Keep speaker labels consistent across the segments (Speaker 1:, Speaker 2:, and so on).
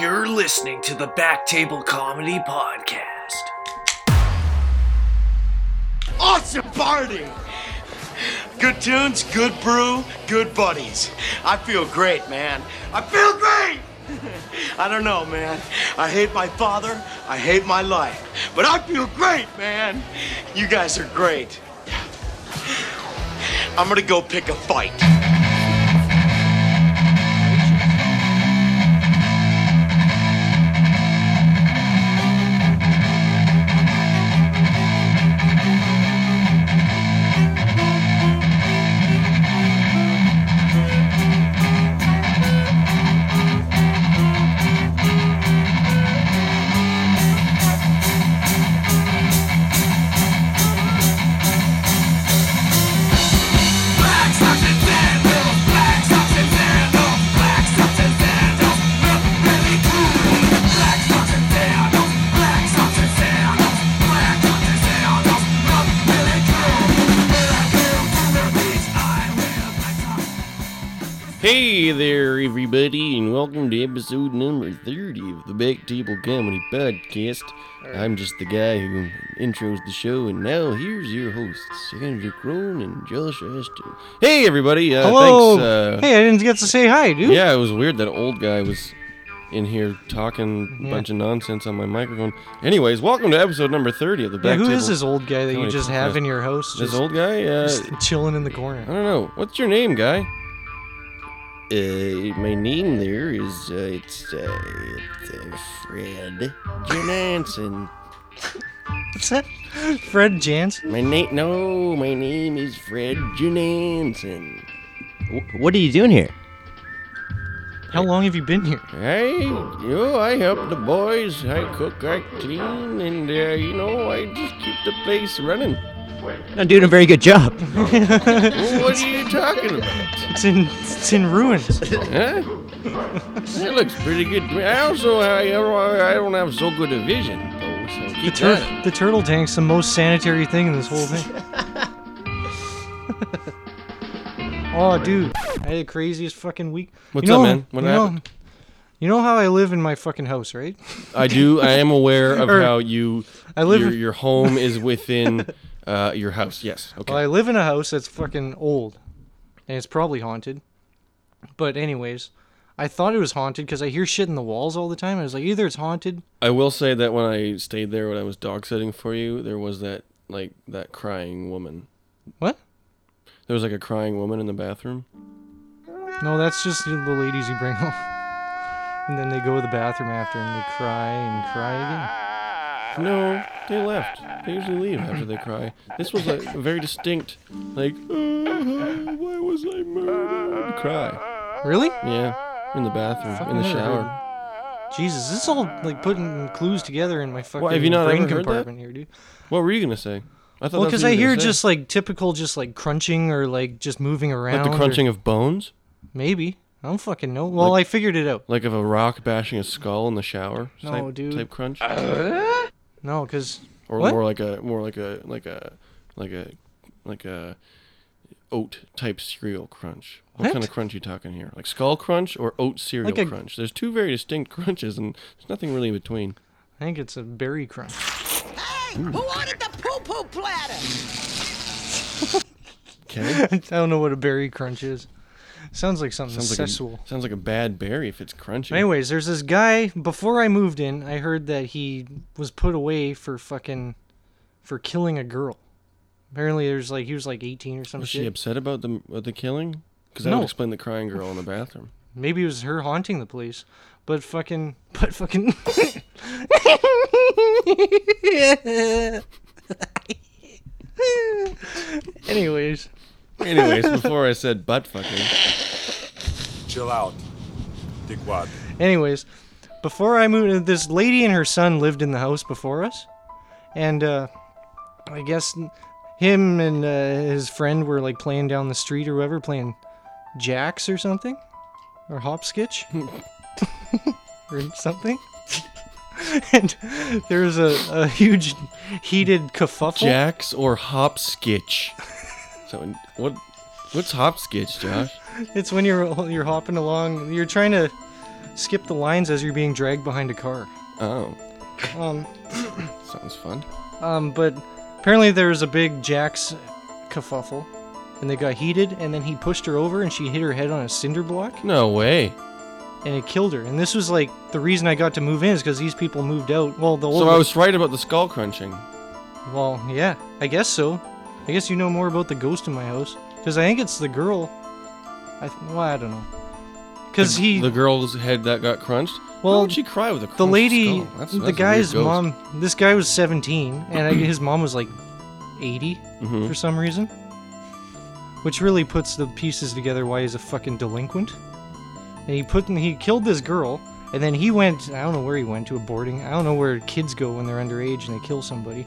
Speaker 1: You're listening to the Back Table Comedy Podcast.
Speaker 2: Awesome party! Good tunes, good brew, good buddies. I feel great, man. I feel great! I don't know, man. I hate my father, I hate my life, but I feel great, man. You guys are great. I'm gonna go pick a fight.
Speaker 3: Hey there, everybody, and welcome to episode number 30 of the Back Table Comedy Podcast. I'm just the guy who intros the show, and now here's your hosts, Andrew Crone and Josh Ashton. Hey, everybody! Uh,
Speaker 4: Hello.
Speaker 3: Thanks, uh,
Speaker 4: hey, I didn't get to say hi, dude.
Speaker 3: Yeah, it was weird that old guy was in here talking a bunch of nonsense on my microphone. Anyways, welcome to episode number 30 of the
Speaker 4: Yeah,
Speaker 3: Back
Speaker 4: who
Speaker 3: Table.
Speaker 4: is this old guy that you
Speaker 3: Comedy
Speaker 4: just
Speaker 3: Podcast.
Speaker 4: have in your house?
Speaker 3: This
Speaker 4: Just,
Speaker 3: old guy? Uh,
Speaker 4: just chilling in the
Speaker 3: I
Speaker 4: corner.
Speaker 3: don't know. What's your name, guy? Uh, my name there is, uh, it's, uh, it's, uh Fred Johansson.
Speaker 4: What's that? Fred Jansen?
Speaker 3: My name, no, my name is Fred Johansson.
Speaker 5: What are you doing here?
Speaker 4: How long have you been here?
Speaker 3: I, you know, I help the boys, I cook, I clean, and, uh, you know, I just keep the place running.
Speaker 5: Not doing a very good job.
Speaker 3: Well, what are you talking about?
Speaker 4: It's in it's in ruins.
Speaker 3: Huh? That looks pretty good to me. I also, I, I don't have so good a vision, though, Oh, so
Speaker 4: The,
Speaker 3: keep
Speaker 4: tur-
Speaker 3: that.
Speaker 4: the turtle tank's the most sanitary thing in this whole thing. oh, dude, I had the craziest fucking week.
Speaker 3: What's
Speaker 4: you know,
Speaker 3: up, man? What
Speaker 4: you know-
Speaker 3: happened?
Speaker 4: you know how I live in my fucking house, right?
Speaker 3: I do. I am aware of
Speaker 4: Or-
Speaker 3: how you.
Speaker 4: Er, I live
Speaker 3: Your,
Speaker 4: in-
Speaker 3: your home is within uh, your house. Yes. Okay.
Speaker 4: Well, I live in a house that's fucking old, and it's probably haunted. But anyways, I thought it was haunted because I hear shit in the walls all the time. I was like, either it's haunted.
Speaker 3: I will say that when I stayed there, when I was dog sitting for you, there was that like that crying woman.
Speaker 4: What?
Speaker 3: There was like a crying woman in the bathroom.
Speaker 4: No, that's just the ladies you bring home. And then they go to the bathroom after and they cry and cry
Speaker 3: No, they left. They usually leave after they cry. This was like, a very distinct, like, "Oh, why was I murdered? Cry.
Speaker 4: again. Really?
Speaker 3: Yeah, in the bathroom, in the
Speaker 4: Never
Speaker 3: shower.
Speaker 4: heard. Jesus, this is all like putting clues together in my fucking
Speaker 3: have you not
Speaker 4: brain
Speaker 3: ever heard that?
Speaker 4: compartment here, dude.
Speaker 3: What were you gonna say? I thought
Speaker 4: Well,
Speaker 3: that's what
Speaker 4: because
Speaker 3: you
Speaker 4: I
Speaker 3: were gonna
Speaker 4: hear
Speaker 3: say.
Speaker 4: just like typical, just like crunching or like just moving around.
Speaker 3: like
Speaker 4: or-
Speaker 3: the crunching of bones.
Speaker 4: Maybe. I don't fucking know. Well, I figured it out.
Speaker 3: Like if a rock bashing a skull in the shower.
Speaker 4: No,
Speaker 3: type,
Speaker 4: dude.
Speaker 3: Type crunch.
Speaker 4: No, because
Speaker 3: or
Speaker 4: what?
Speaker 3: more like a more like a like a like a like a oat type cereal crunch. What, kind
Speaker 4: What?
Speaker 3: of crunch you talking here? Like skull crunch or oat cereal
Speaker 4: Like a-
Speaker 3: crunch? There's two very distinct crunches and there's nothing really in between.
Speaker 4: I think it's a berry crunch.
Speaker 6: Who ordered the poo-poo platter?
Speaker 3: Okay.
Speaker 4: I don't know what a berry crunch is. Sounds like something
Speaker 3: sounds like
Speaker 4: sexual.
Speaker 3: a, sounds like a bad berry if it's crunchy.
Speaker 4: Anyways, there's this guy. Before I moved in, I heard that he was put away for fucking for killing a girl. Apparently, there's like he was like 18 or some
Speaker 3: was
Speaker 4: shit.
Speaker 3: she upset about the about the killing? Because that
Speaker 4: No.
Speaker 3: would explain the crying girl in the bathroom.
Speaker 4: Maybe it was her haunting the place, but fucking, but fucking. Anyways,
Speaker 3: Anyways, before I said butt fucking,
Speaker 7: Chill out, dickwad.
Speaker 4: Anyways, before I moved, this lady and her son lived in the house before us, and uh, I guess him and uh, his friend were like playing down the street or whatever, playing jacks or something, or hopscotch, or something. and there was a, a huge heated kerfuffle.
Speaker 3: jacks or hopskitch. So what? What's hopskitch, Josh?
Speaker 4: It's when you're you're hopping along, you're trying to skip the lines as you're being dragged behind a car.
Speaker 3: Oh,
Speaker 4: Um,
Speaker 3: sounds fun.
Speaker 4: um, but apparently there was a big Jack's kerfuffle, and they got heated, and then he pushed her over, and she hit her head on a cinder block,
Speaker 3: No way.
Speaker 4: and it killed her. And this was like the reason I got to move in is because these people moved out. Well, the old
Speaker 3: So I was right about the skull crunching.
Speaker 4: Well, yeah, I guess so. I guess you know more about the ghost in my house because I think it's the girl. I th- well, I don't know. Because he,
Speaker 3: The girl's head that got crunched. Why
Speaker 4: Well,
Speaker 3: would she cry with a
Speaker 4: the
Speaker 3: crunched
Speaker 4: lady,
Speaker 3: skull? That's- that's a
Speaker 4: the
Speaker 3: weird
Speaker 4: guy's
Speaker 3: ghost.
Speaker 4: mom. This guy was 17, and I, his mom was like 80
Speaker 3: Mm-hmm.
Speaker 4: for some reason, which really puts the pieces together why he's a fucking delinquent. And he put he killed this girl, and then he went. I don't know where he went to a boarding. I don't know where kids go when they're underage and they kill somebody.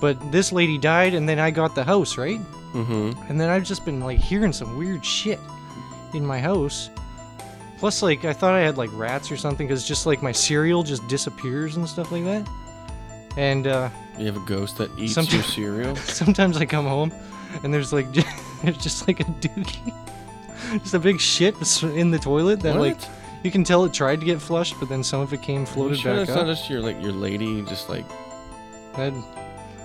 Speaker 4: But this lady died, and then I got the house right.
Speaker 3: Mm-hmm.
Speaker 4: And then I've just been like hearing some weird shit in my house. Plus, like, I thought I had like rats or something because just like my cereal just disappears and stuff like that. And uh,
Speaker 3: You have a ghost that eats
Speaker 4: Somet-
Speaker 3: your cereal.
Speaker 4: sometimes I come home and there's like, j- there's just like a dookie. Just a big shit s- in the toilet that, like,
Speaker 3: What?
Speaker 4: you can tell it tried to get flushed, but then some of it came
Speaker 3: You
Speaker 4: floated
Speaker 3: sure
Speaker 4: back
Speaker 3: that's not
Speaker 4: up.
Speaker 3: just your like your lady just like
Speaker 4: That'd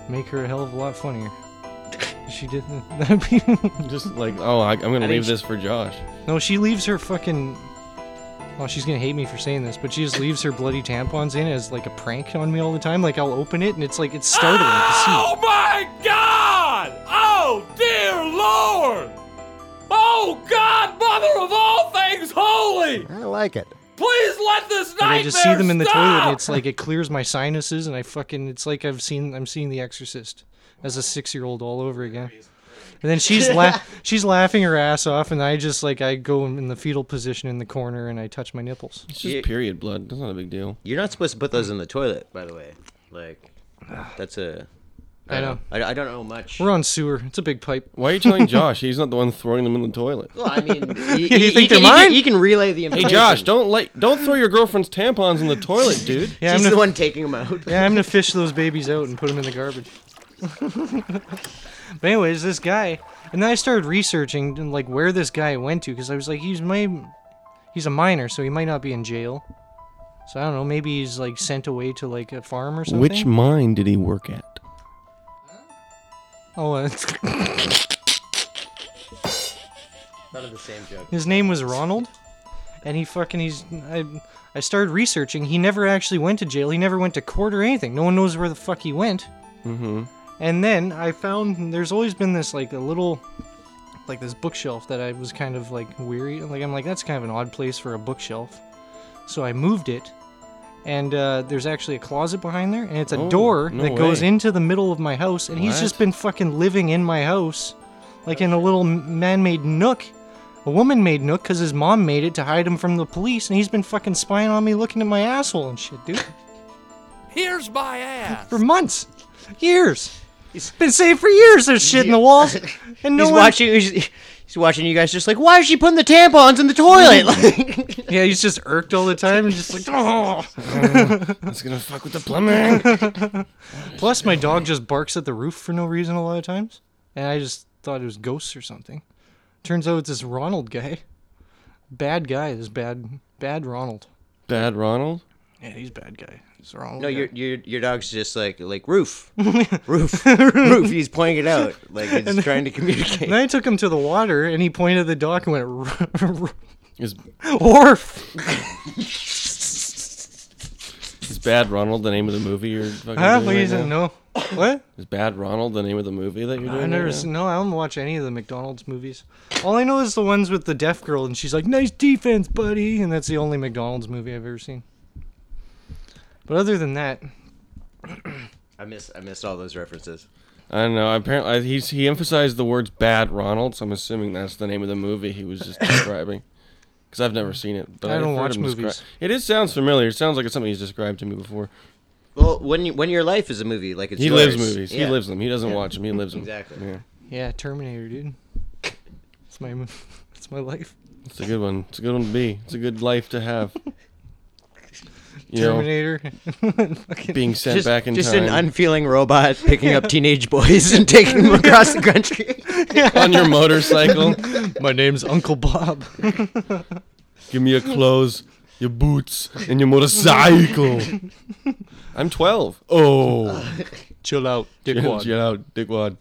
Speaker 4: make her a hell of a lot funnier. She didn't. That'd be
Speaker 3: just like oh I, I'm gonna
Speaker 4: think
Speaker 3: leave
Speaker 4: she-
Speaker 3: this for Josh.
Speaker 4: No, she leaves her fucking. Well, she's gonna hate me for saying this, but she just leaves her bloody tampons in as like a prank on me all the time. Like I'll open it and it's like it's startling to
Speaker 1: Oh,
Speaker 4: see.
Speaker 1: my God! Oh dear Lord! Oh God, Mother of all things holy!
Speaker 8: I like it.
Speaker 1: Please let this
Speaker 4: And
Speaker 1: nightmare
Speaker 4: I just see them in the toilet,
Speaker 1: stop!
Speaker 4: and it's like it clears my sinuses, and I fucking it's like I've seen I'm seeing The Exorcist as a six year old all over again. And then she's la- she's laughing her ass off, and I just like I go in the fetal position in the corner and I touch my nipples.
Speaker 3: It's just
Speaker 5: Yeah.
Speaker 3: period blood. That's not a big deal.
Speaker 5: You're not supposed to put those in the toilet, by the way. Like, that's a.
Speaker 4: I know
Speaker 5: I, I don't know much.
Speaker 4: we're on sewer. It's a big pipe.
Speaker 3: Why are you telling Josh? He's not the one throwing them in the toilet.
Speaker 5: Well, I mean, you,
Speaker 4: You think
Speaker 5: can,
Speaker 4: they're
Speaker 5: he
Speaker 4: mine?
Speaker 5: Can, he can relay the
Speaker 3: Hey
Speaker 5: information.
Speaker 3: Josh, don't like don't throw your girlfriend's tampons in the toilet, dude.
Speaker 4: Yeah, I'm
Speaker 5: She's
Speaker 4: gonna
Speaker 5: the one taking them out.
Speaker 4: Yeah, I'm gonna fish those babies out and put them in the garbage. but anyways, this guy, and then I started researching and like where this guy went to because I was like, he's my, he's a minor, so he might not be in jail. So I don't know, maybe he's like sent away to like a farm or something.
Speaker 3: Which mine did he work at?
Speaker 4: oh, it's,
Speaker 5: Not the same joke.
Speaker 4: his name was Ronald, and he fucking he's I, I started researching. He never actually went to jail. He never went to court or anything. No one knows where the fuck he went.
Speaker 3: Mm-hmm.
Speaker 4: And then I found there's always been this like a little like this bookshelf that I was kind of like weary. Like I'm like that's kind of an odd place for a bookshelf. So I moved it. And uh, there's actually a closet behind there, and it's a
Speaker 3: Oh,
Speaker 4: door
Speaker 3: no
Speaker 4: that goes
Speaker 3: way.
Speaker 4: into the middle of my house. And he's
Speaker 3: What?
Speaker 4: just been fucking living in my house, like in a little m- man-made nook, a woman-made nook, because his mom made it to hide him from the police. And he's been fucking spying on me, looking at my asshole and shit, dude,
Speaker 1: Here's my ass!
Speaker 4: for months, years. It's been saved for years. There's shit in the walls, and no
Speaker 5: he's
Speaker 4: one.
Speaker 5: watching. He's, he's watching you guys, just like, why is she putting the tampons in the toilet? Like,
Speaker 4: Yeah, he's just irked all the time. and Just like, oh.
Speaker 3: It's gonna fuck with the plumbing.
Speaker 4: Plus, my dog just barks at the roof for no reason a lot of times, and I just thought it was ghosts or something. Turns out it's this Ronald guy. Bad guy. This bad, bad Ronald.
Speaker 3: Bad Ronald.
Speaker 4: Yeah, he's a bad guy. It's Ronald.
Speaker 5: no,
Speaker 4: guy.
Speaker 5: your your your dog's just like like roof, roof, roof. He's pointing it out, like he's trying to communicate.
Speaker 4: Then I took him to the water, and he pointed at the dog and went,
Speaker 3: Is
Speaker 4: "Orf."
Speaker 3: is Bad Ronald the name of the movie you're fucking
Speaker 4: Huh?
Speaker 3: doing
Speaker 4: What
Speaker 3: right
Speaker 4: is it?
Speaker 3: now?
Speaker 4: No. What?
Speaker 3: Is Bad Ronald the name of the movie that you're doing?
Speaker 4: I never
Speaker 3: right now?
Speaker 4: seen, no, I don't watch any of the McDonald's movies. All I know is the ones with the deaf girl and she's like, "Nice defense, buddy," and that's the only McDonald's movie I've ever seen. But other than that,
Speaker 5: I miss I missed all those references.
Speaker 3: I don't know. Apparently, I- he's, he emphasized the words "bad Ronald," so I'm assuming that's the name of the movie he was just describing. Because I've never seen it, but
Speaker 4: I
Speaker 3: I've
Speaker 4: don't
Speaker 3: heard
Speaker 4: watch
Speaker 3: him descri-
Speaker 4: movies.
Speaker 3: it is sounds familiar. It sounds like it's something he's described to me before.
Speaker 5: Well, when you, when your life is a movie, like it's
Speaker 3: He
Speaker 5: yours.
Speaker 3: lives movies.
Speaker 5: Yeah.
Speaker 3: He lives them. He doesn't watch them. He lives them.
Speaker 5: Exactly.
Speaker 3: Yeah,
Speaker 4: yeah, Terminator, dude. It's my mo- it's my life.
Speaker 3: it's a good one. It's a good one to be. It's a good life to have. you know,
Speaker 4: Terminator. Fucking-
Speaker 3: being sent
Speaker 5: Just,
Speaker 3: back in
Speaker 5: just
Speaker 3: time
Speaker 5: an unfeeling robot picking up teenage boys and taking them across the country.
Speaker 3: on your motorcycle.
Speaker 4: My name's Uncle Bob.
Speaker 3: Give me your clothes, your boots, and your motorcycle. I'm 12. Oh,
Speaker 4: Chill out,
Speaker 3: chill out, dickwad.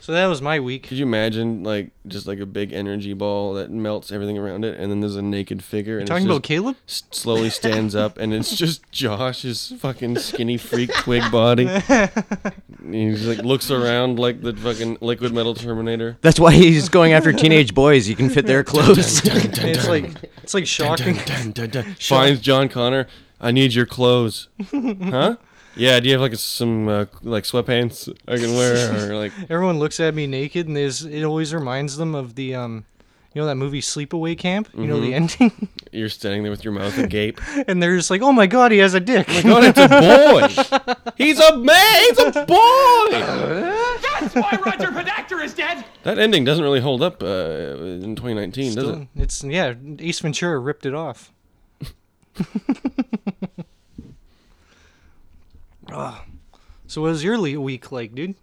Speaker 4: So that was my week.
Speaker 3: Could you imagine, like, just like a big energy ball that melts everything around it, and then there's a naked figure, and
Speaker 4: Talking
Speaker 3: it's
Speaker 4: about
Speaker 3: just
Speaker 4: Caleb?
Speaker 3: s- slowly stands up, and it's just Josh's fucking skinny freak twig body. And he's like looks around like the fucking liquid metal Terminator.
Speaker 5: That's why he's going after teenage boys. You can fit their clothes.
Speaker 4: It's like it's like shocking.
Speaker 3: finds John Connor. I need your clothes. huh? Yeah. Do you have like some uh, like sweatpants I can wear or like?
Speaker 4: Everyone looks at me naked, and there's, it always reminds them of the um, you know that movie Sleepaway Camp. You know the ending,
Speaker 3: You're standing there with your mouth agape.
Speaker 4: and they're just like, "Oh my God, he has a dick."
Speaker 3: God, it's a boy. He's a man. He's a boy.
Speaker 1: That's why Roger Pedactor is dead!
Speaker 3: That ending doesn't really hold up uh, in 2019, does it?
Speaker 4: It's yeah, Ace Ventura ripped it off. Ah. So what was your le- week like, dude?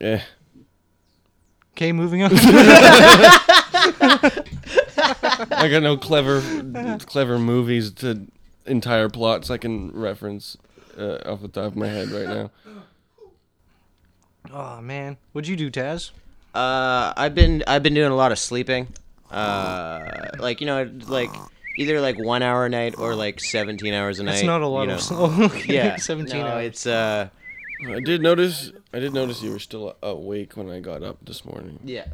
Speaker 3: Yeah.
Speaker 4: Okay, moving on.
Speaker 3: I got no clever, clever movies to entire plots I can reference uh, off the top of my head right now.
Speaker 4: oh man, what'd you do, Taz?
Speaker 5: Uh, I've been I've been doing a lot of sleeping. Uh, like you know, like either like one hour a night or like seventeen hours a night.
Speaker 4: It's not a lot
Speaker 5: you
Speaker 4: of
Speaker 5: know.
Speaker 4: oh, okay,
Speaker 5: Yeah,
Speaker 4: seventeen
Speaker 5: no,
Speaker 4: hours.
Speaker 5: It's uh,
Speaker 3: I did notice. I did notice you were still awake when I got up this morning.
Speaker 5: yeah.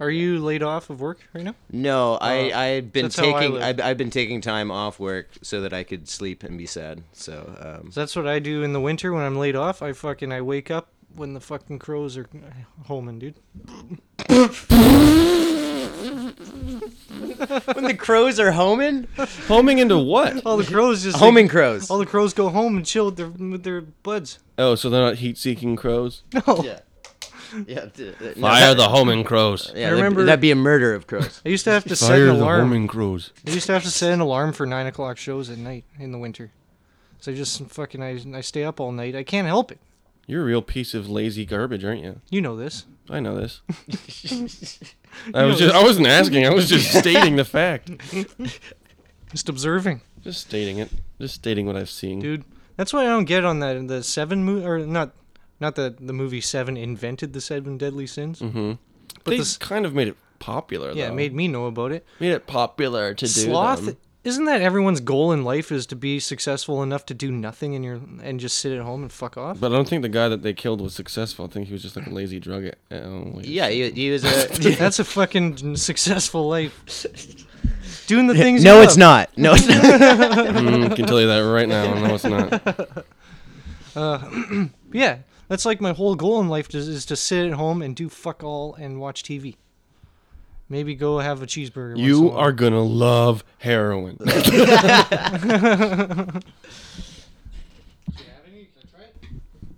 Speaker 4: Are you laid off of work right now?
Speaker 5: No, I I've been
Speaker 4: that's how I
Speaker 5: taking
Speaker 4: live.
Speaker 5: I've, I've been taking time off work so that I could sleep and be sad. So um,
Speaker 4: So that's what I do in the winter when I'm laid off. I fucking I wake up when the fucking crows are homing, dude.
Speaker 5: when the crows are homing,
Speaker 3: Homing into what?
Speaker 4: All the crows just like-
Speaker 5: homing crows.
Speaker 4: all the crows go home and chill with their with their buds.
Speaker 3: Oh, so they're not heat-seeking crows.
Speaker 5: Yeah, yeah. d- d- no, that-
Speaker 3: the homing crows.
Speaker 5: Yeah,
Speaker 4: I
Speaker 5: that'd-
Speaker 4: remember-
Speaker 5: that'd be a murder of crows.
Speaker 4: I used to have to set
Speaker 3: Fire
Speaker 4: an
Speaker 3: the
Speaker 4: alarm.
Speaker 3: homing crows.
Speaker 4: I used to have to set an alarm for nine o'clock shows at night in the winter. So I just fucking I, I stay up all night. I can't help it.
Speaker 3: You're a real piece of lazy garbage, aren't you?
Speaker 4: You know this.
Speaker 3: I know this. I was just—I wasn't asking. I was just stating the fact.
Speaker 4: Just observing,
Speaker 3: Just stating it. Just stating what I've seen.
Speaker 4: dude. That's what I don't get on that the seven movie or not not that the movie Seven invented the seven deadly sins. Mm-hmm. But
Speaker 3: they
Speaker 4: this
Speaker 3: kind of made it popular.
Speaker 4: yeah,
Speaker 3: though.
Speaker 4: it made me know about it.
Speaker 3: made it um, popular to do
Speaker 4: Sloth
Speaker 3: them.
Speaker 4: isn't that everyone's goal in life is to be successful enough to do nothing in your and just sit at home and fuck off?
Speaker 3: But I don't think the guy that they killed was successful. I think he was just like a lazy drug. Oh,
Speaker 5: Yeah, he, he was a.
Speaker 4: That's a fucking successful life. Doing the things.
Speaker 5: no,
Speaker 4: you
Speaker 5: it's
Speaker 4: love.
Speaker 5: not. No, it's not.
Speaker 3: Mm, I can tell you that right now. No, it's not.
Speaker 4: Yeah, that's like my whole goal in life is, is to sit at home and do fuck all and watch TV. Maybe go have a cheeseburger. once in a
Speaker 3: You
Speaker 4: while.
Speaker 3: are gonna love heroin.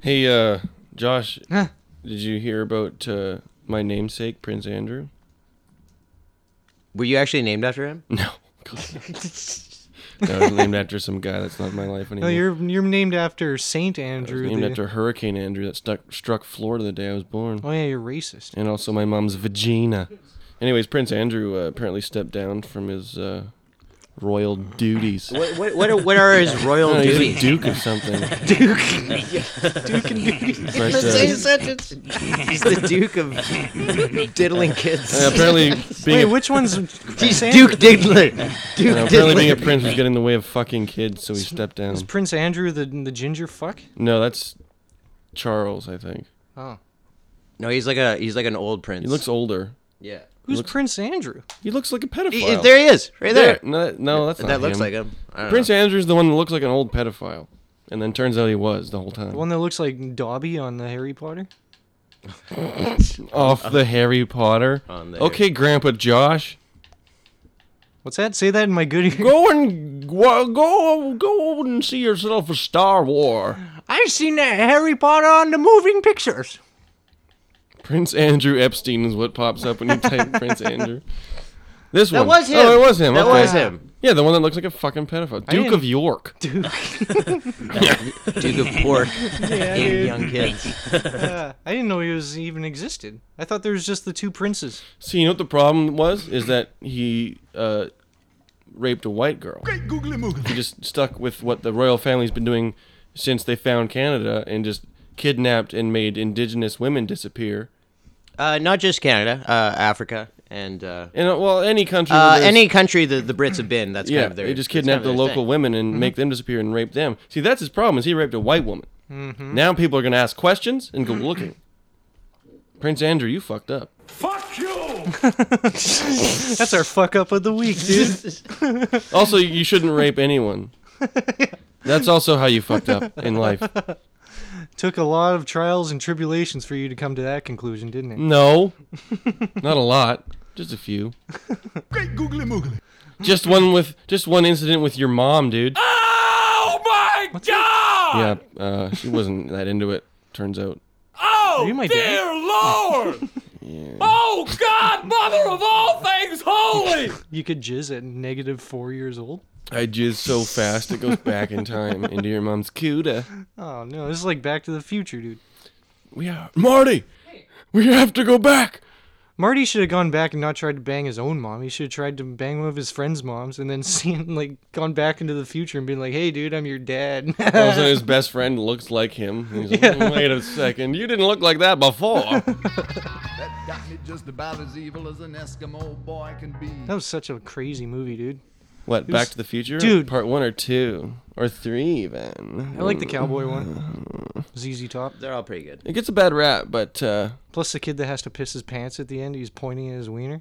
Speaker 3: hey, uh, Josh,
Speaker 4: Huh.
Speaker 3: did you hear about uh, my namesake, Prince Andrew?
Speaker 5: Were you actually named after him?
Speaker 3: No. God. no, he's named after some guy that's not in my life
Speaker 4: No,
Speaker 3: anymore.
Speaker 4: Oh, you're you're named after Saint
Speaker 3: I was
Speaker 4: Andrew.
Speaker 3: named
Speaker 4: the-
Speaker 3: after Hurricane Andrew that stuck, struck Florida the day I was born.
Speaker 4: Oh yeah, you're racist.
Speaker 3: and also my mom's vagina. Anyways, Prince Andrew uh, apparently stepped down from his uh, royal duties. What
Speaker 5: What what are, what are his royal
Speaker 3: he's
Speaker 5: duties?
Speaker 3: a duke of something. duke, duke and duty.
Speaker 5: He's the Duke of diddling kids.
Speaker 3: apparently, being
Speaker 4: Wait,
Speaker 3: a,
Speaker 4: which one's
Speaker 5: He's
Speaker 4: Prince Andrew?
Speaker 5: Duke Diddler. Duke
Speaker 3: apparently being
Speaker 5: Diddler.
Speaker 3: a prince was getting in the way of fucking kids, so he stepped down.
Speaker 4: Is Prince Andrew the the ginger fuck?
Speaker 3: No, that's Charles, I think.
Speaker 4: Oh,
Speaker 5: no, he's like a he's like an old prince.
Speaker 3: He looks older.
Speaker 5: yeah.
Speaker 4: who's Prince Andrew?
Speaker 3: He looks like a pedophile.
Speaker 5: He- there he is, right there.
Speaker 3: No, no, that's Mm. not
Speaker 5: That looks
Speaker 3: him.
Speaker 5: like him. I don't
Speaker 3: Prince
Speaker 5: know.
Speaker 3: Andrew's the one that looks like an old pedophile, and then turns out he was the whole time.
Speaker 4: The one that looks like Dobby on the Harry Potter.
Speaker 3: Off the Harry Potter.
Speaker 5: On the
Speaker 3: okay, Grandpa Josh.
Speaker 4: What's that? Say that in my good ear.
Speaker 3: Go and go go go and see yourself a Star War.
Speaker 4: I've seen that Harry Potter on the moving pictures.
Speaker 3: Prince Andrew Epstein is what pops up when you type Prince Andrew. This
Speaker 5: That
Speaker 3: one.
Speaker 5: was him.
Speaker 3: Oh, it was him.
Speaker 5: That
Speaker 3: okay.
Speaker 5: was him.
Speaker 3: Yeah, the one that looks like a fucking pedophile. Duke of
Speaker 4: didn't-
Speaker 3: York.
Speaker 4: Duke.
Speaker 5: Duke of Pork and young kids.
Speaker 4: Uh, I didn't know he was even existed. I thought there was just the two princes.
Speaker 3: See, you know what the problem was? Is that he uh, raped a white girl. He just stuck with what the royal family's been doing since they found Canada and just kidnapped and made indigenous women disappear.
Speaker 5: Uh, not just Canada, uh, Africa, and uh,
Speaker 3: And uh, well, any country. where
Speaker 5: uh,
Speaker 3: there's-
Speaker 5: any country that the Brits have been. That's
Speaker 3: Yeah,
Speaker 5: kind of their.
Speaker 3: they just
Speaker 5: that's
Speaker 3: kidnap
Speaker 5: kind of
Speaker 3: the
Speaker 5: their
Speaker 3: local
Speaker 5: thing.
Speaker 3: women and make them disappear and rape them. See, that's his problem. Is he raped a white woman? Now people are gonna ask questions and go looking. Prince Andrew, you fucked up.
Speaker 7: Fuck you!
Speaker 4: That's our fuck up of the week, dude.
Speaker 3: Also, you shouldn't rape anyone. That's also how you fucked up in life.
Speaker 4: Took a lot of trials and tribulations for you to come to that conclusion, didn't it?
Speaker 3: No, not a lot, just a few. Great googly moogly. Just one with just one incident with your mom, dude.
Speaker 1: Oh my God!
Speaker 3: Yeah, uh, she wasn't that into it. Turns out.
Speaker 1: Oh
Speaker 4: you my
Speaker 1: dear Lord! Oh God, Mother of all things holy!
Speaker 4: You could jizz at negative four years old.
Speaker 3: I jizz so fast it goes back in time into your mom's cuda.
Speaker 4: Oh no, this is like Back to the Future, dude.
Speaker 3: We are Marty. We have to go back.
Speaker 4: Marty should have gone back and not tried to bang his own mom. He should have tried to bang one of his friends' moms and then seen like gone back into the future and been like, "Hey, dude, I'm your dad."
Speaker 3: All of a sudden, his best friend looks like him. He's like, Wait a second, you didn't look like that before.
Speaker 8: That got me just about as evil as an Eskimo boy can be.
Speaker 4: that was such a crazy movie, dude.
Speaker 3: What? Back to the Future,
Speaker 4: Dude.
Speaker 3: Part one or two or three, even.
Speaker 4: I like the cowboy one. ZZ Top.
Speaker 5: They're all pretty good.
Speaker 3: It gets a bad rap, but uh,
Speaker 4: Plus the kid that has to piss his pants at the end. He's pointing at his wiener.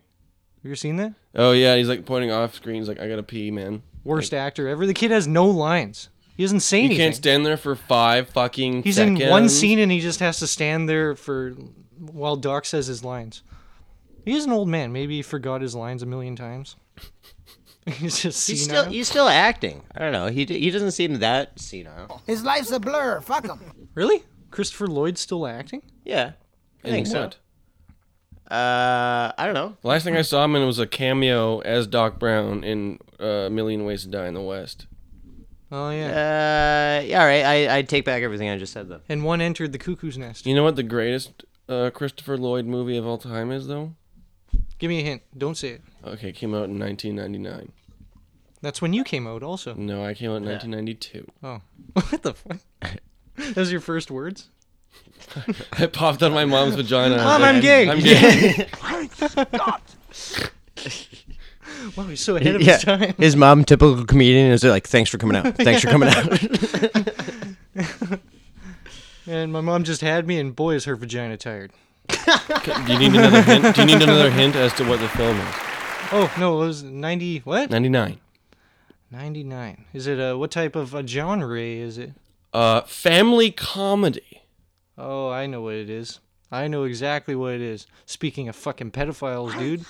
Speaker 4: You ever seen that?
Speaker 3: oh yeah, he's like pointing off screen. He's like, I gotta pee, man.
Speaker 4: Worst actor ever. The kid has no lines. He doesn't say
Speaker 3: You
Speaker 4: anything.
Speaker 3: can't stand there for five fucking.
Speaker 4: He's
Speaker 3: seconds.
Speaker 4: in one scene and he just has to stand there for while Doc says his lines. He is an old man. Maybe he forgot his lines a million times. He's just
Speaker 5: He's
Speaker 4: senile.
Speaker 5: still e- he's still acting. I don't know. He d- he doesn't seem that senile.
Speaker 6: His life's a blur. Fuck him.
Speaker 4: really. Christopher Lloyd's still acting.
Speaker 5: Yeah, I
Speaker 3: In
Speaker 5: think so.
Speaker 3: what?
Speaker 5: Uh, I don't know.
Speaker 3: The last thing I saw him in was a cameo as Doc Brown in uh, A Million Ways to Die in the West.
Speaker 4: Oh yeah.
Speaker 5: Uh, yeah, all right. I, I take back everything I just said though.
Speaker 4: And one entered the cuckoo's nest.
Speaker 3: You know what the greatest uh, Christopher Lloyd movie of all time is, though?
Speaker 4: Give me a hint. Don't say it.
Speaker 3: Okay, it came out in 1999.
Speaker 4: That's when you came out, also.
Speaker 3: No, I came out in 1992.
Speaker 4: Oh, what the fuck? Those are your first words.
Speaker 3: It popped out of my mom's vagina.
Speaker 4: Mom, I'm gay.
Speaker 3: I'm gay.
Speaker 4: Wow, he's so ahead of his time.
Speaker 5: his mom, typical comedian, is like, "Thanks for coming out. Thanks for coming out."
Speaker 4: And my mom just had me, and boy, is her vagina tired.
Speaker 3: Do you need another hint? Do you need another hint as to what the film is?
Speaker 4: Oh no, it was ninety what?
Speaker 3: 99.
Speaker 4: Ninety nine. Is it a what type of a genre is it?
Speaker 3: Uh, family comedy.
Speaker 4: Oh, I know what it is. I know exactly what it is. Speaking of fucking pedophiles, dude.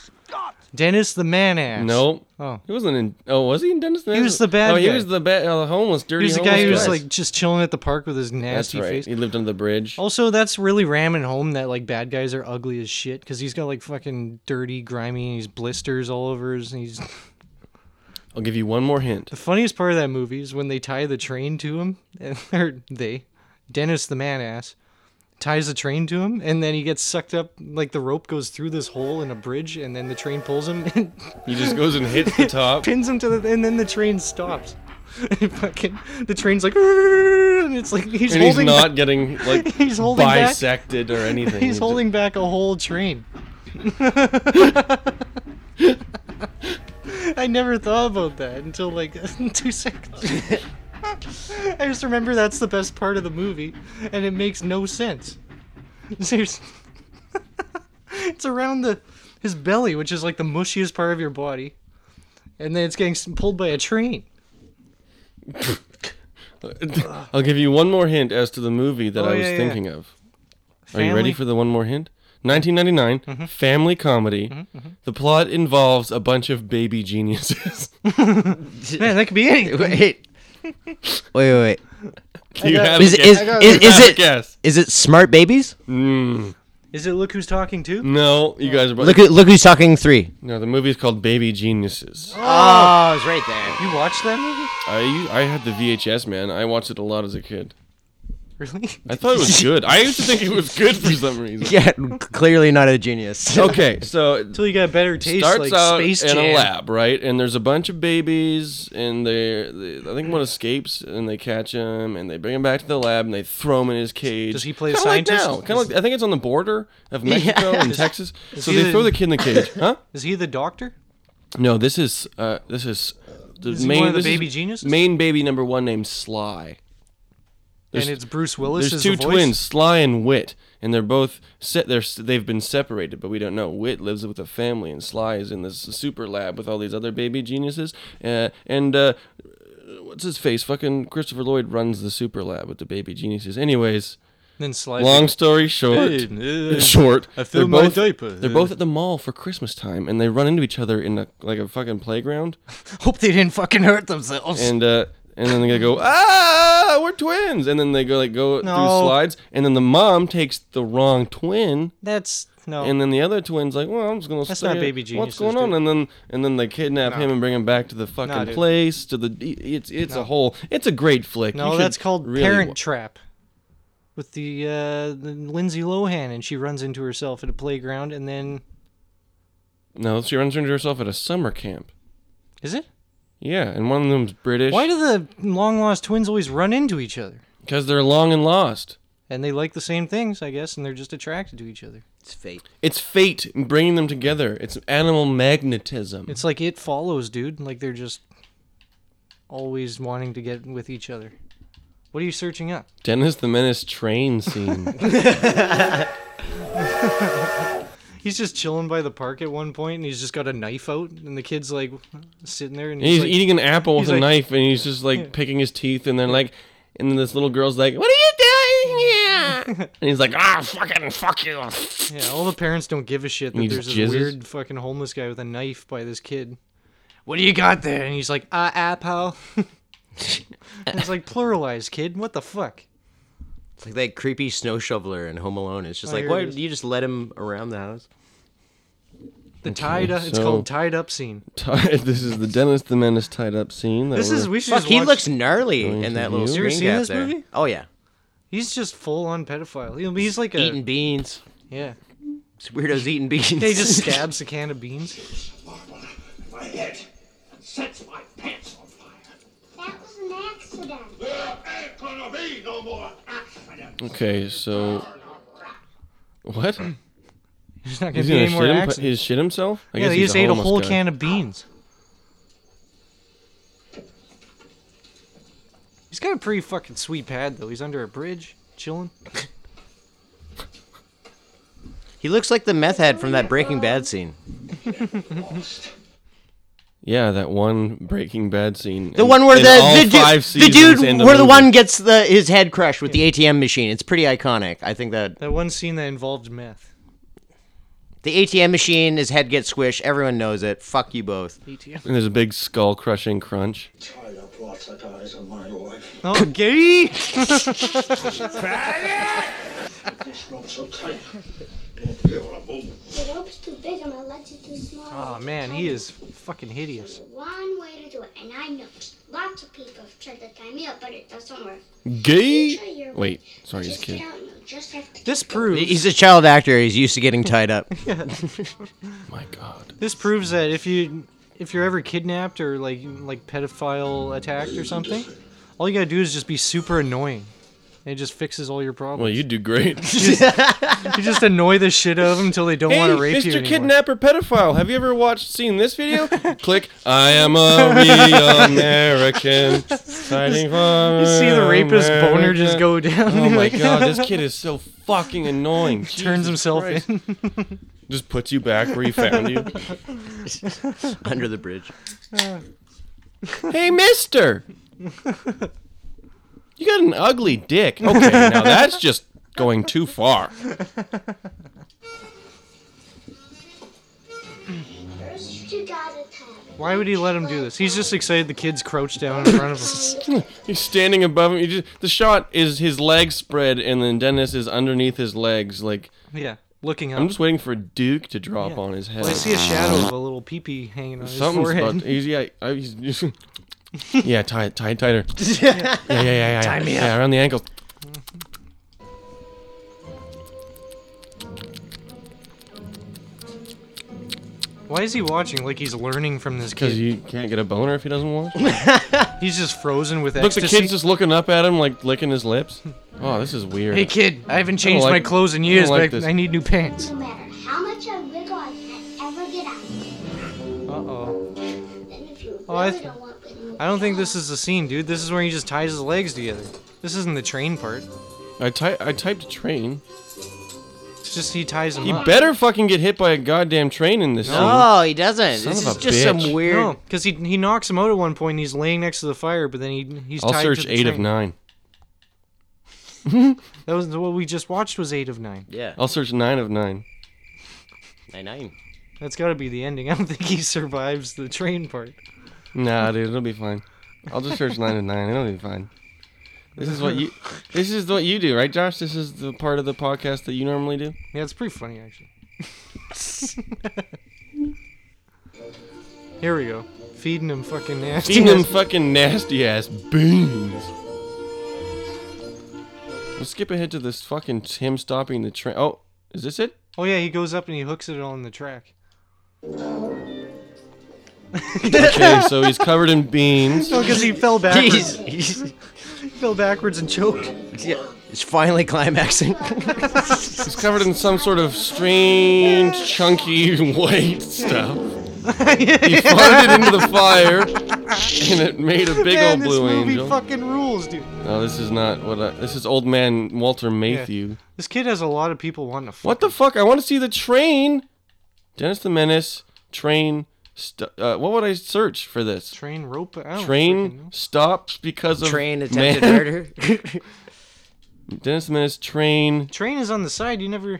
Speaker 4: Dennis the man ass.
Speaker 3: No.
Speaker 4: Oh.
Speaker 3: He wasn't in. Oh, was he in Dennis? the Man?
Speaker 4: was the bad
Speaker 3: Oh, he
Speaker 4: guy.
Speaker 3: was the bad, uh, the homeless, dirty.
Speaker 4: Here's the
Speaker 3: homeless
Speaker 4: guy who was
Speaker 3: guy.
Speaker 4: like just chilling at the park with his
Speaker 3: That's
Speaker 4: nasty
Speaker 3: right.
Speaker 4: face.
Speaker 3: He lived under the bridge.
Speaker 4: Also, that's really ramming home that like bad guys are ugly as shit because he's got like fucking dirty, grimy, and he's blisters all over his. And he's
Speaker 3: I'll give you one more hint.
Speaker 4: the funniest part of that movie is when they tie the train to him, and or they, Dennis the man ass, ties the train to him, and then he gets sucked up like the rope goes through this hole in a bridge, and then the train pulls him and
Speaker 3: He just goes and hits the top.
Speaker 4: pins him to the, and then the train stops. And fucking, the train's like, and it's like he's
Speaker 3: And he's
Speaker 4: holding.
Speaker 3: not
Speaker 4: back-
Speaker 3: getting like
Speaker 4: He's holding back.
Speaker 3: bisected or anything.
Speaker 4: He's
Speaker 3: just-
Speaker 4: holding back a whole train. I never thought about that until like two seconds. I just remember that's the best part of the movie, and it makes no sense. There's- it's around the his belly, which is like the mushiest part of your body, and then it's getting s- pulled by a train.
Speaker 3: I'll give you one more hint as to the movie that
Speaker 4: Oh,
Speaker 3: I was
Speaker 4: yeah, yeah.
Speaker 3: thinking of. Are you ready for the one more hint? 1999,
Speaker 4: Mm-hmm.
Speaker 3: family comedy. The plot involves a bunch of baby geniuses.
Speaker 4: Man, that could be anything.
Speaker 5: wait, wait, wait. wait.
Speaker 3: you had
Speaker 5: Is
Speaker 3: a guess.
Speaker 5: is, is, is
Speaker 3: You had a
Speaker 5: it
Speaker 3: guess?
Speaker 5: is it smart babies?
Speaker 4: Is it Look Who's Talking Too?
Speaker 3: Mm. No, you guys are.
Speaker 5: Look at look who's talking three.
Speaker 3: no, the movie's called Baby Geniuses.
Speaker 5: Oh, it's right there.
Speaker 4: You watched that movie?
Speaker 3: I u- I had the VHS man. I watched it a lot as a kid.
Speaker 4: Really?
Speaker 3: I thought it was good. I used to think it was good for some reason.
Speaker 5: Yeah, clearly not a genius.
Speaker 3: Okay, so
Speaker 4: Until you got better taste,
Speaker 3: starts
Speaker 4: like
Speaker 3: out
Speaker 4: Space
Speaker 3: in
Speaker 4: Jam.
Speaker 3: a lab, right? And there's a bunch of babies, and they, they I think one escapes, and they catch him, and they bring him back to the lab, and they throw him in his cage.
Speaker 4: Does he play a
Speaker 3: Kinda
Speaker 4: scientist?
Speaker 3: Like now. Kind of like I think it's on the border of Mexico and Texas. So
Speaker 4: he
Speaker 3: they
Speaker 4: the-
Speaker 3: throw the kid in the cage, huh?
Speaker 4: Is he the doctor?
Speaker 3: No, this is uh, this is the
Speaker 4: Is he
Speaker 3: main
Speaker 4: one of the
Speaker 3: this is
Speaker 4: baby geniuses?
Speaker 3: Main baby number one named Sly. There's-
Speaker 4: and it's Bruce Willis.
Speaker 3: There's
Speaker 4: is
Speaker 3: two
Speaker 4: the voice?
Speaker 3: twins, Sly and Wit, and they're both set. They're s- they've been separated, but we don't know. Wit lives with a family, and Sly is in this super lab with all these other baby geniuses. Uh, and uh, what's his face? Fucking Christopher Lloyd runs the super lab with the baby geniuses. Anyways,
Speaker 4: Then Sly.
Speaker 3: long story short,
Speaker 4: Hey, uh,
Speaker 3: short.
Speaker 4: I
Speaker 3: they're
Speaker 4: filled my
Speaker 3: both-
Speaker 4: diaper.
Speaker 3: They're both at the mall for Christmas time, and they run into each other in a, like a fucking playground.
Speaker 4: Hope they didn't fucking hurt themselves.
Speaker 3: and uh, and then they go ah we're twins and then they go like go
Speaker 4: No.
Speaker 3: through slides and then the mom takes the wrong twin
Speaker 4: That's no.
Speaker 3: and then the other twin's like well I'm just gonna
Speaker 4: Oh. That's
Speaker 3: stay
Speaker 4: not
Speaker 3: here.
Speaker 4: Baby
Speaker 3: what's
Speaker 4: Geniuses,
Speaker 3: going on
Speaker 4: dude.
Speaker 3: and then and then they kidnap him and bring him back to the fucking
Speaker 4: dude.
Speaker 3: place to the it's it's a whole it's a great flick You
Speaker 4: no,
Speaker 3: should
Speaker 4: that's called
Speaker 3: really
Speaker 4: Parent
Speaker 3: wa-
Speaker 4: Trap. With the, uh, the Lindsay Lohan, and she runs into herself at a playground, and then
Speaker 3: no she runs into herself at a summer camp
Speaker 4: is it?
Speaker 3: yeah and one of them's British
Speaker 4: Why do the long lost twins always run into each other?
Speaker 3: because they're long and lost
Speaker 4: And they like the same things, I guess, and they're just attracted to each other.
Speaker 5: It's fate.
Speaker 3: it's fate bringing them together it's animal magnetism
Speaker 4: It's like it follows, dude. Like they're just always wanting to get with each other. What are you searching up?
Speaker 3: Dennis the Menace train scene.
Speaker 4: He's just chilling by the park at one point, and he's just got a knife out, and the kid's like sitting there, and
Speaker 3: And
Speaker 4: he's,
Speaker 3: he's
Speaker 4: like,
Speaker 3: eating an apple with
Speaker 4: he's
Speaker 3: a
Speaker 4: like-
Speaker 3: knife, and he's just like picking his teeth, and then like, and then this little girl's like, "What are you doing here?" and he's like, "Ah, fucking fuck you."
Speaker 4: Yeah, all the parents don't give a shit that
Speaker 3: And he
Speaker 4: there's
Speaker 3: just
Speaker 4: this
Speaker 3: jizzes?
Speaker 4: weird fucking homeless guy with a knife by this kid. What do you got there? And he's like, ah, apple. it's like pluralized, kid. What the fuck?
Speaker 5: It's like that creepy snow shoveler in Home Alone. It's just
Speaker 4: Oh,
Speaker 5: like,
Speaker 4: here it
Speaker 5: why
Speaker 4: is.
Speaker 5: do you just let him around the house?
Speaker 4: The tied up. It's
Speaker 3: so-
Speaker 4: called tied up scene.
Speaker 3: Tied. This is the Dennis the Menace tied up scene. that
Speaker 4: This
Speaker 3: we're-
Speaker 4: is we should.
Speaker 5: Fuck,
Speaker 4: just
Speaker 5: he
Speaker 4: watch-
Speaker 5: looks gnarly
Speaker 3: Going
Speaker 5: in
Speaker 3: to
Speaker 5: that little
Speaker 3: you.
Speaker 5: screen
Speaker 4: seen
Speaker 3: You ever
Speaker 5: gap
Speaker 4: this
Speaker 5: there.
Speaker 4: movie?
Speaker 5: Oh yeah,
Speaker 4: He's just full on pedophile. He- He's like a
Speaker 5: eating beans.
Speaker 4: yeah.
Speaker 5: It's weirdos eating beans.
Speaker 4: He just scabs a can of beans.
Speaker 9: my head and sets my pants on fire.
Speaker 10: That was an accident.
Speaker 9: There ain't gonna be no more accident.
Speaker 3: okay. So what?
Speaker 4: There's not gonna
Speaker 3: He's
Speaker 4: be
Speaker 3: gonna
Speaker 4: any
Speaker 3: shit,
Speaker 4: more
Speaker 3: him,
Speaker 4: accidents.
Speaker 3: he's shit himself. I
Speaker 4: Yeah, he
Speaker 3: he's
Speaker 4: just ate a
Speaker 3: homeless
Speaker 4: whole
Speaker 3: guy.
Speaker 4: can of beans. He's got a pretty fucking sweet pad though. He's under a bridge, chilling.
Speaker 5: he looks like the meth head from that Breaking Bad scene.
Speaker 3: Yeah, that one Breaking Bad scene.
Speaker 5: The one where the the, du- the dude where the one gets the his head crushed with the ATM machine. It's pretty iconic. I think that
Speaker 4: That one scene that involved meth.
Speaker 5: the ATM machine, his head gets squished. Everyone knows it. Fuck you both.
Speaker 3: And there's a big skull crushing crunch.
Speaker 9: Tied up lots of eyes on my wife.
Speaker 4: Oh, Okay.
Speaker 9: This rope's so tight. Won't be able to move.
Speaker 10: The rope's too big. I'm gonna let you too small.
Speaker 4: Oh man, he is fucking hideous.
Speaker 10: One way to do it, and I know lots of people have tried to tie me up, but it doesn't work. Try
Speaker 3: Gay.
Speaker 10: your way.
Speaker 3: Wait, sorry, he's a
Speaker 10: Just
Speaker 3: kid.
Speaker 10: get out and you'll just have to
Speaker 4: This proves
Speaker 5: He's a child actor. He's used to getting tied up.
Speaker 3: My God.
Speaker 4: This proves that if you if you're ever kidnapped or like like pedophile attacked or something, all you gotta do is just be super annoying. And it just fixes all your
Speaker 3: Well,
Speaker 4: problems.
Speaker 3: you do great.
Speaker 4: you just annoy the shit out of them until they don't want to rape
Speaker 3: Mr.
Speaker 4: you anymore.
Speaker 3: Kidnapper Pedophile, have you ever watched, seen this video? Click. I am a real American fighting for.
Speaker 4: you see the rapist boner just
Speaker 3: America.
Speaker 4: go down.
Speaker 3: Oh
Speaker 4: You're
Speaker 3: my
Speaker 4: like,
Speaker 3: god, this kid is so fucking annoying.
Speaker 4: turns
Speaker 3: Jesus
Speaker 4: himself
Speaker 3: Christ.
Speaker 4: in.
Speaker 3: Just puts you back where he found you.
Speaker 5: Under the bridge.
Speaker 3: hey, Mister. You got an ugly dick. Okay, now that's just going too far.
Speaker 10: first. You gotta tie.
Speaker 4: Why would he let him do this? He's just excited the kids crouch down in front of him.
Speaker 3: He's standing above him. He just, the shot is his legs spread, and then Dennis is underneath his legs, like
Speaker 4: Yeah. looking up.
Speaker 3: I'm just waiting for a duke to drop
Speaker 4: Yeah.
Speaker 3: on his head.
Speaker 4: Well, I see a shadow of a little pee pee hanging on
Speaker 3: Something's
Speaker 4: his
Speaker 3: about
Speaker 4: forehead.
Speaker 3: he's, yeah, I, he's just, yeah, tie it, tie it tighter. yeah, yeah, yeah, yeah. Tie
Speaker 4: me
Speaker 3: yeah, around the ankles.
Speaker 4: Why is he watching? Like he's learning from this kid.
Speaker 3: Because you can't get a boner if he doesn't watch.
Speaker 4: He's just frozen with
Speaker 3: Look, the
Speaker 4: ecstasy.
Speaker 3: kid's just looking up at him, like licking his lips. Oh, this is weird.
Speaker 4: Hey kid, I haven't changed
Speaker 3: like-
Speaker 4: my clothes in
Speaker 3: I don't
Speaker 4: years,
Speaker 3: like
Speaker 4: but
Speaker 3: this.
Speaker 4: I, I need new pants.
Speaker 10: No matter how much I wiggle, I can't ever get out.
Speaker 4: Uh oh.
Speaker 10: Then if you
Speaker 4: Oh, I
Speaker 10: really
Speaker 4: th-
Speaker 10: don't want me to
Speaker 4: I don't think
Speaker 10: get
Speaker 4: this is the scene, dude. This is where he just ties his legs together. This isn't the train part.
Speaker 3: I, ty- I typed train.
Speaker 4: It's just he ties him
Speaker 3: He
Speaker 4: up.
Speaker 3: better fucking get hit by a goddamn train in this
Speaker 4: Oh,
Speaker 5: No, Oh, he doesn't.
Speaker 3: Son
Speaker 5: this
Speaker 3: of
Speaker 5: is
Speaker 3: a
Speaker 5: just
Speaker 3: bitch.
Speaker 5: some weird.
Speaker 4: No, because he he knocks him out at one point. And he's laying next to the fire, but then he he's
Speaker 3: scene. I'll
Speaker 4: tied
Speaker 3: search
Speaker 4: to the
Speaker 3: eight of
Speaker 4: train.
Speaker 3: nine.
Speaker 4: That was what we just watched was eight of nine.
Speaker 5: Yeah.
Speaker 3: I'll search nine of nine.
Speaker 5: Nine nine.
Speaker 4: That's got to be the ending. I don't think he survives the train part.
Speaker 3: Nah, dude, it'll be fine. I'll just search nine of nine. It'll be fine. This is what you. This is what you do, right, Josh? This is the part of the podcast that you normally do.
Speaker 4: Yeah, it's pretty funny actually. Here we go. Feeding him fucking nasty.
Speaker 3: Feed them fucking nasty ass beans. Let's skip ahead to this fucking him stopping the train. Oh, is this it?
Speaker 4: Oh yeah, he goes up and he hooks it on the track.
Speaker 3: Okay, so he's covered in beans.
Speaker 4: No, because he fell
Speaker 5: He's,
Speaker 4: backwards.
Speaker 5: he's,
Speaker 4: he fell backwards and choked.
Speaker 5: yeah, it's finally climaxing.
Speaker 3: He's covered in some sort of strange, chunky white stuff. He farted into the fire, and it made a big
Speaker 4: Man,
Speaker 3: old
Speaker 4: this
Speaker 3: blue
Speaker 4: movie
Speaker 3: angel.
Speaker 4: fucking rules, dude.
Speaker 3: No, this is not what I. This is old man Walter Matthew.
Speaker 4: This kid has a lot of people wanting to. Fuck.
Speaker 3: What the fuck? I want to see the train. Dennis the Menace train. St- uh, what would I search for this?
Speaker 4: Train rope. I don't freaking know.
Speaker 3: Train stops because of
Speaker 5: Train
Speaker 3: man-
Speaker 5: attempted murder.
Speaker 3: Dennis the Menace train.
Speaker 4: Train is on the side. You never.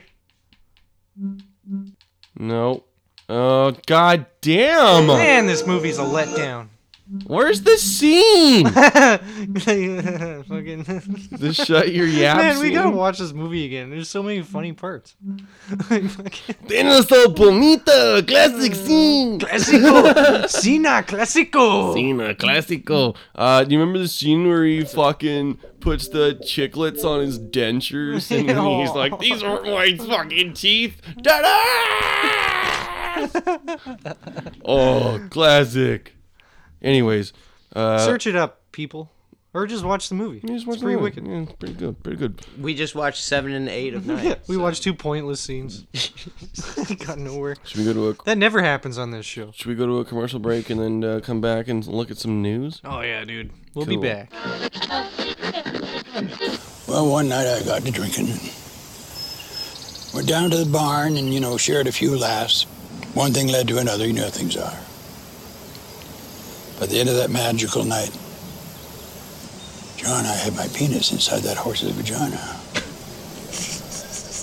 Speaker 3: No. Oh god damn!
Speaker 4: Man, this movie's a letdown.
Speaker 3: Where's the scene?
Speaker 4: fucking.
Speaker 3: the shut your yaps.
Speaker 4: Man, we gotta
Speaker 3: scene?
Speaker 4: watch this movie again. There's so many funny parts.
Speaker 3: Dennis the Bonito classic scene.
Speaker 4: Mm. Classico, Cena Classico.
Speaker 3: Cena,
Speaker 4: Mm.
Speaker 3: classico. Uh, do you remember the scene where he fucking puts the chiclets on his dentures and then he's like, "These aren't my fucking teeth." Ta-da! oh, classic. Anyways, uh,
Speaker 4: Search it up, people, or just watch the movie.
Speaker 3: you just watch
Speaker 4: it's pretty
Speaker 3: that.
Speaker 4: wicked.
Speaker 3: Yeah, it's pretty good. Pretty good.
Speaker 5: we just watched seven and eight of nine.
Speaker 4: Yeah, we watched two pointless scenes. Got nowhere.
Speaker 3: Should we go to a
Speaker 4: That never happens on this show.
Speaker 3: Should we go to a commercial break and then uh, come back and look at some news?
Speaker 4: Oh yeah, dude. We'll
Speaker 3: Cool.
Speaker 4: be back.
Speaker 9: Well, one night I got to drinking. We're down to the barn and, you know, shared a few laughs. One thing led to another, you know how things are. By the end of that magical night, John, I had my penis inside that horse's vagina.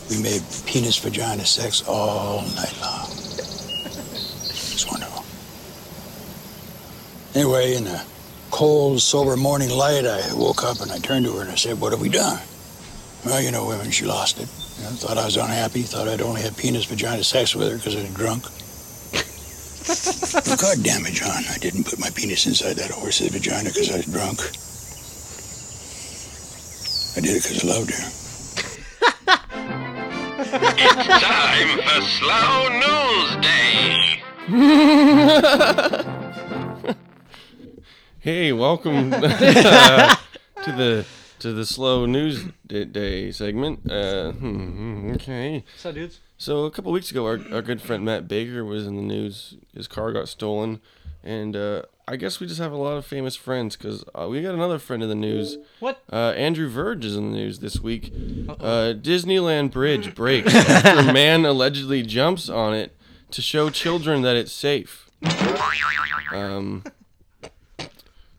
Speaker 9: We made penis vagina sex all night long. It's wonderful. Anyway, in the cold, sober morning light, I woke up and I turned to her and I said, What have we done? Well, you know, women, she lost it. You know, thought I was unhappy, thought I'd only had penis vagina sex with her because I'd drunk. Well, God damn it, John, I didn't put my penis inside that horse's vagina because I was drunk. I did it because I loved her.
Speaker 11: Time for Slow News Day.
Speaker 3: Hey, welcome uh, to the to the slow news d- day segment. Uh, hmm, okay.
Speaker 4: So, dudes.
Speaker 3: So a couple weeks ago, our, our good friend Matt Baker was in the news. His car got stolen, and uh, I guess we just have a lot of famous friends because uh, we got another friend in the news.
Speaker 4: What?
Speaker 3: Uh, Andrew Verge is in the news this week. Uh, Disneyland Bridge breaks after man allegedly jumps on it to show children that it's safe. Um,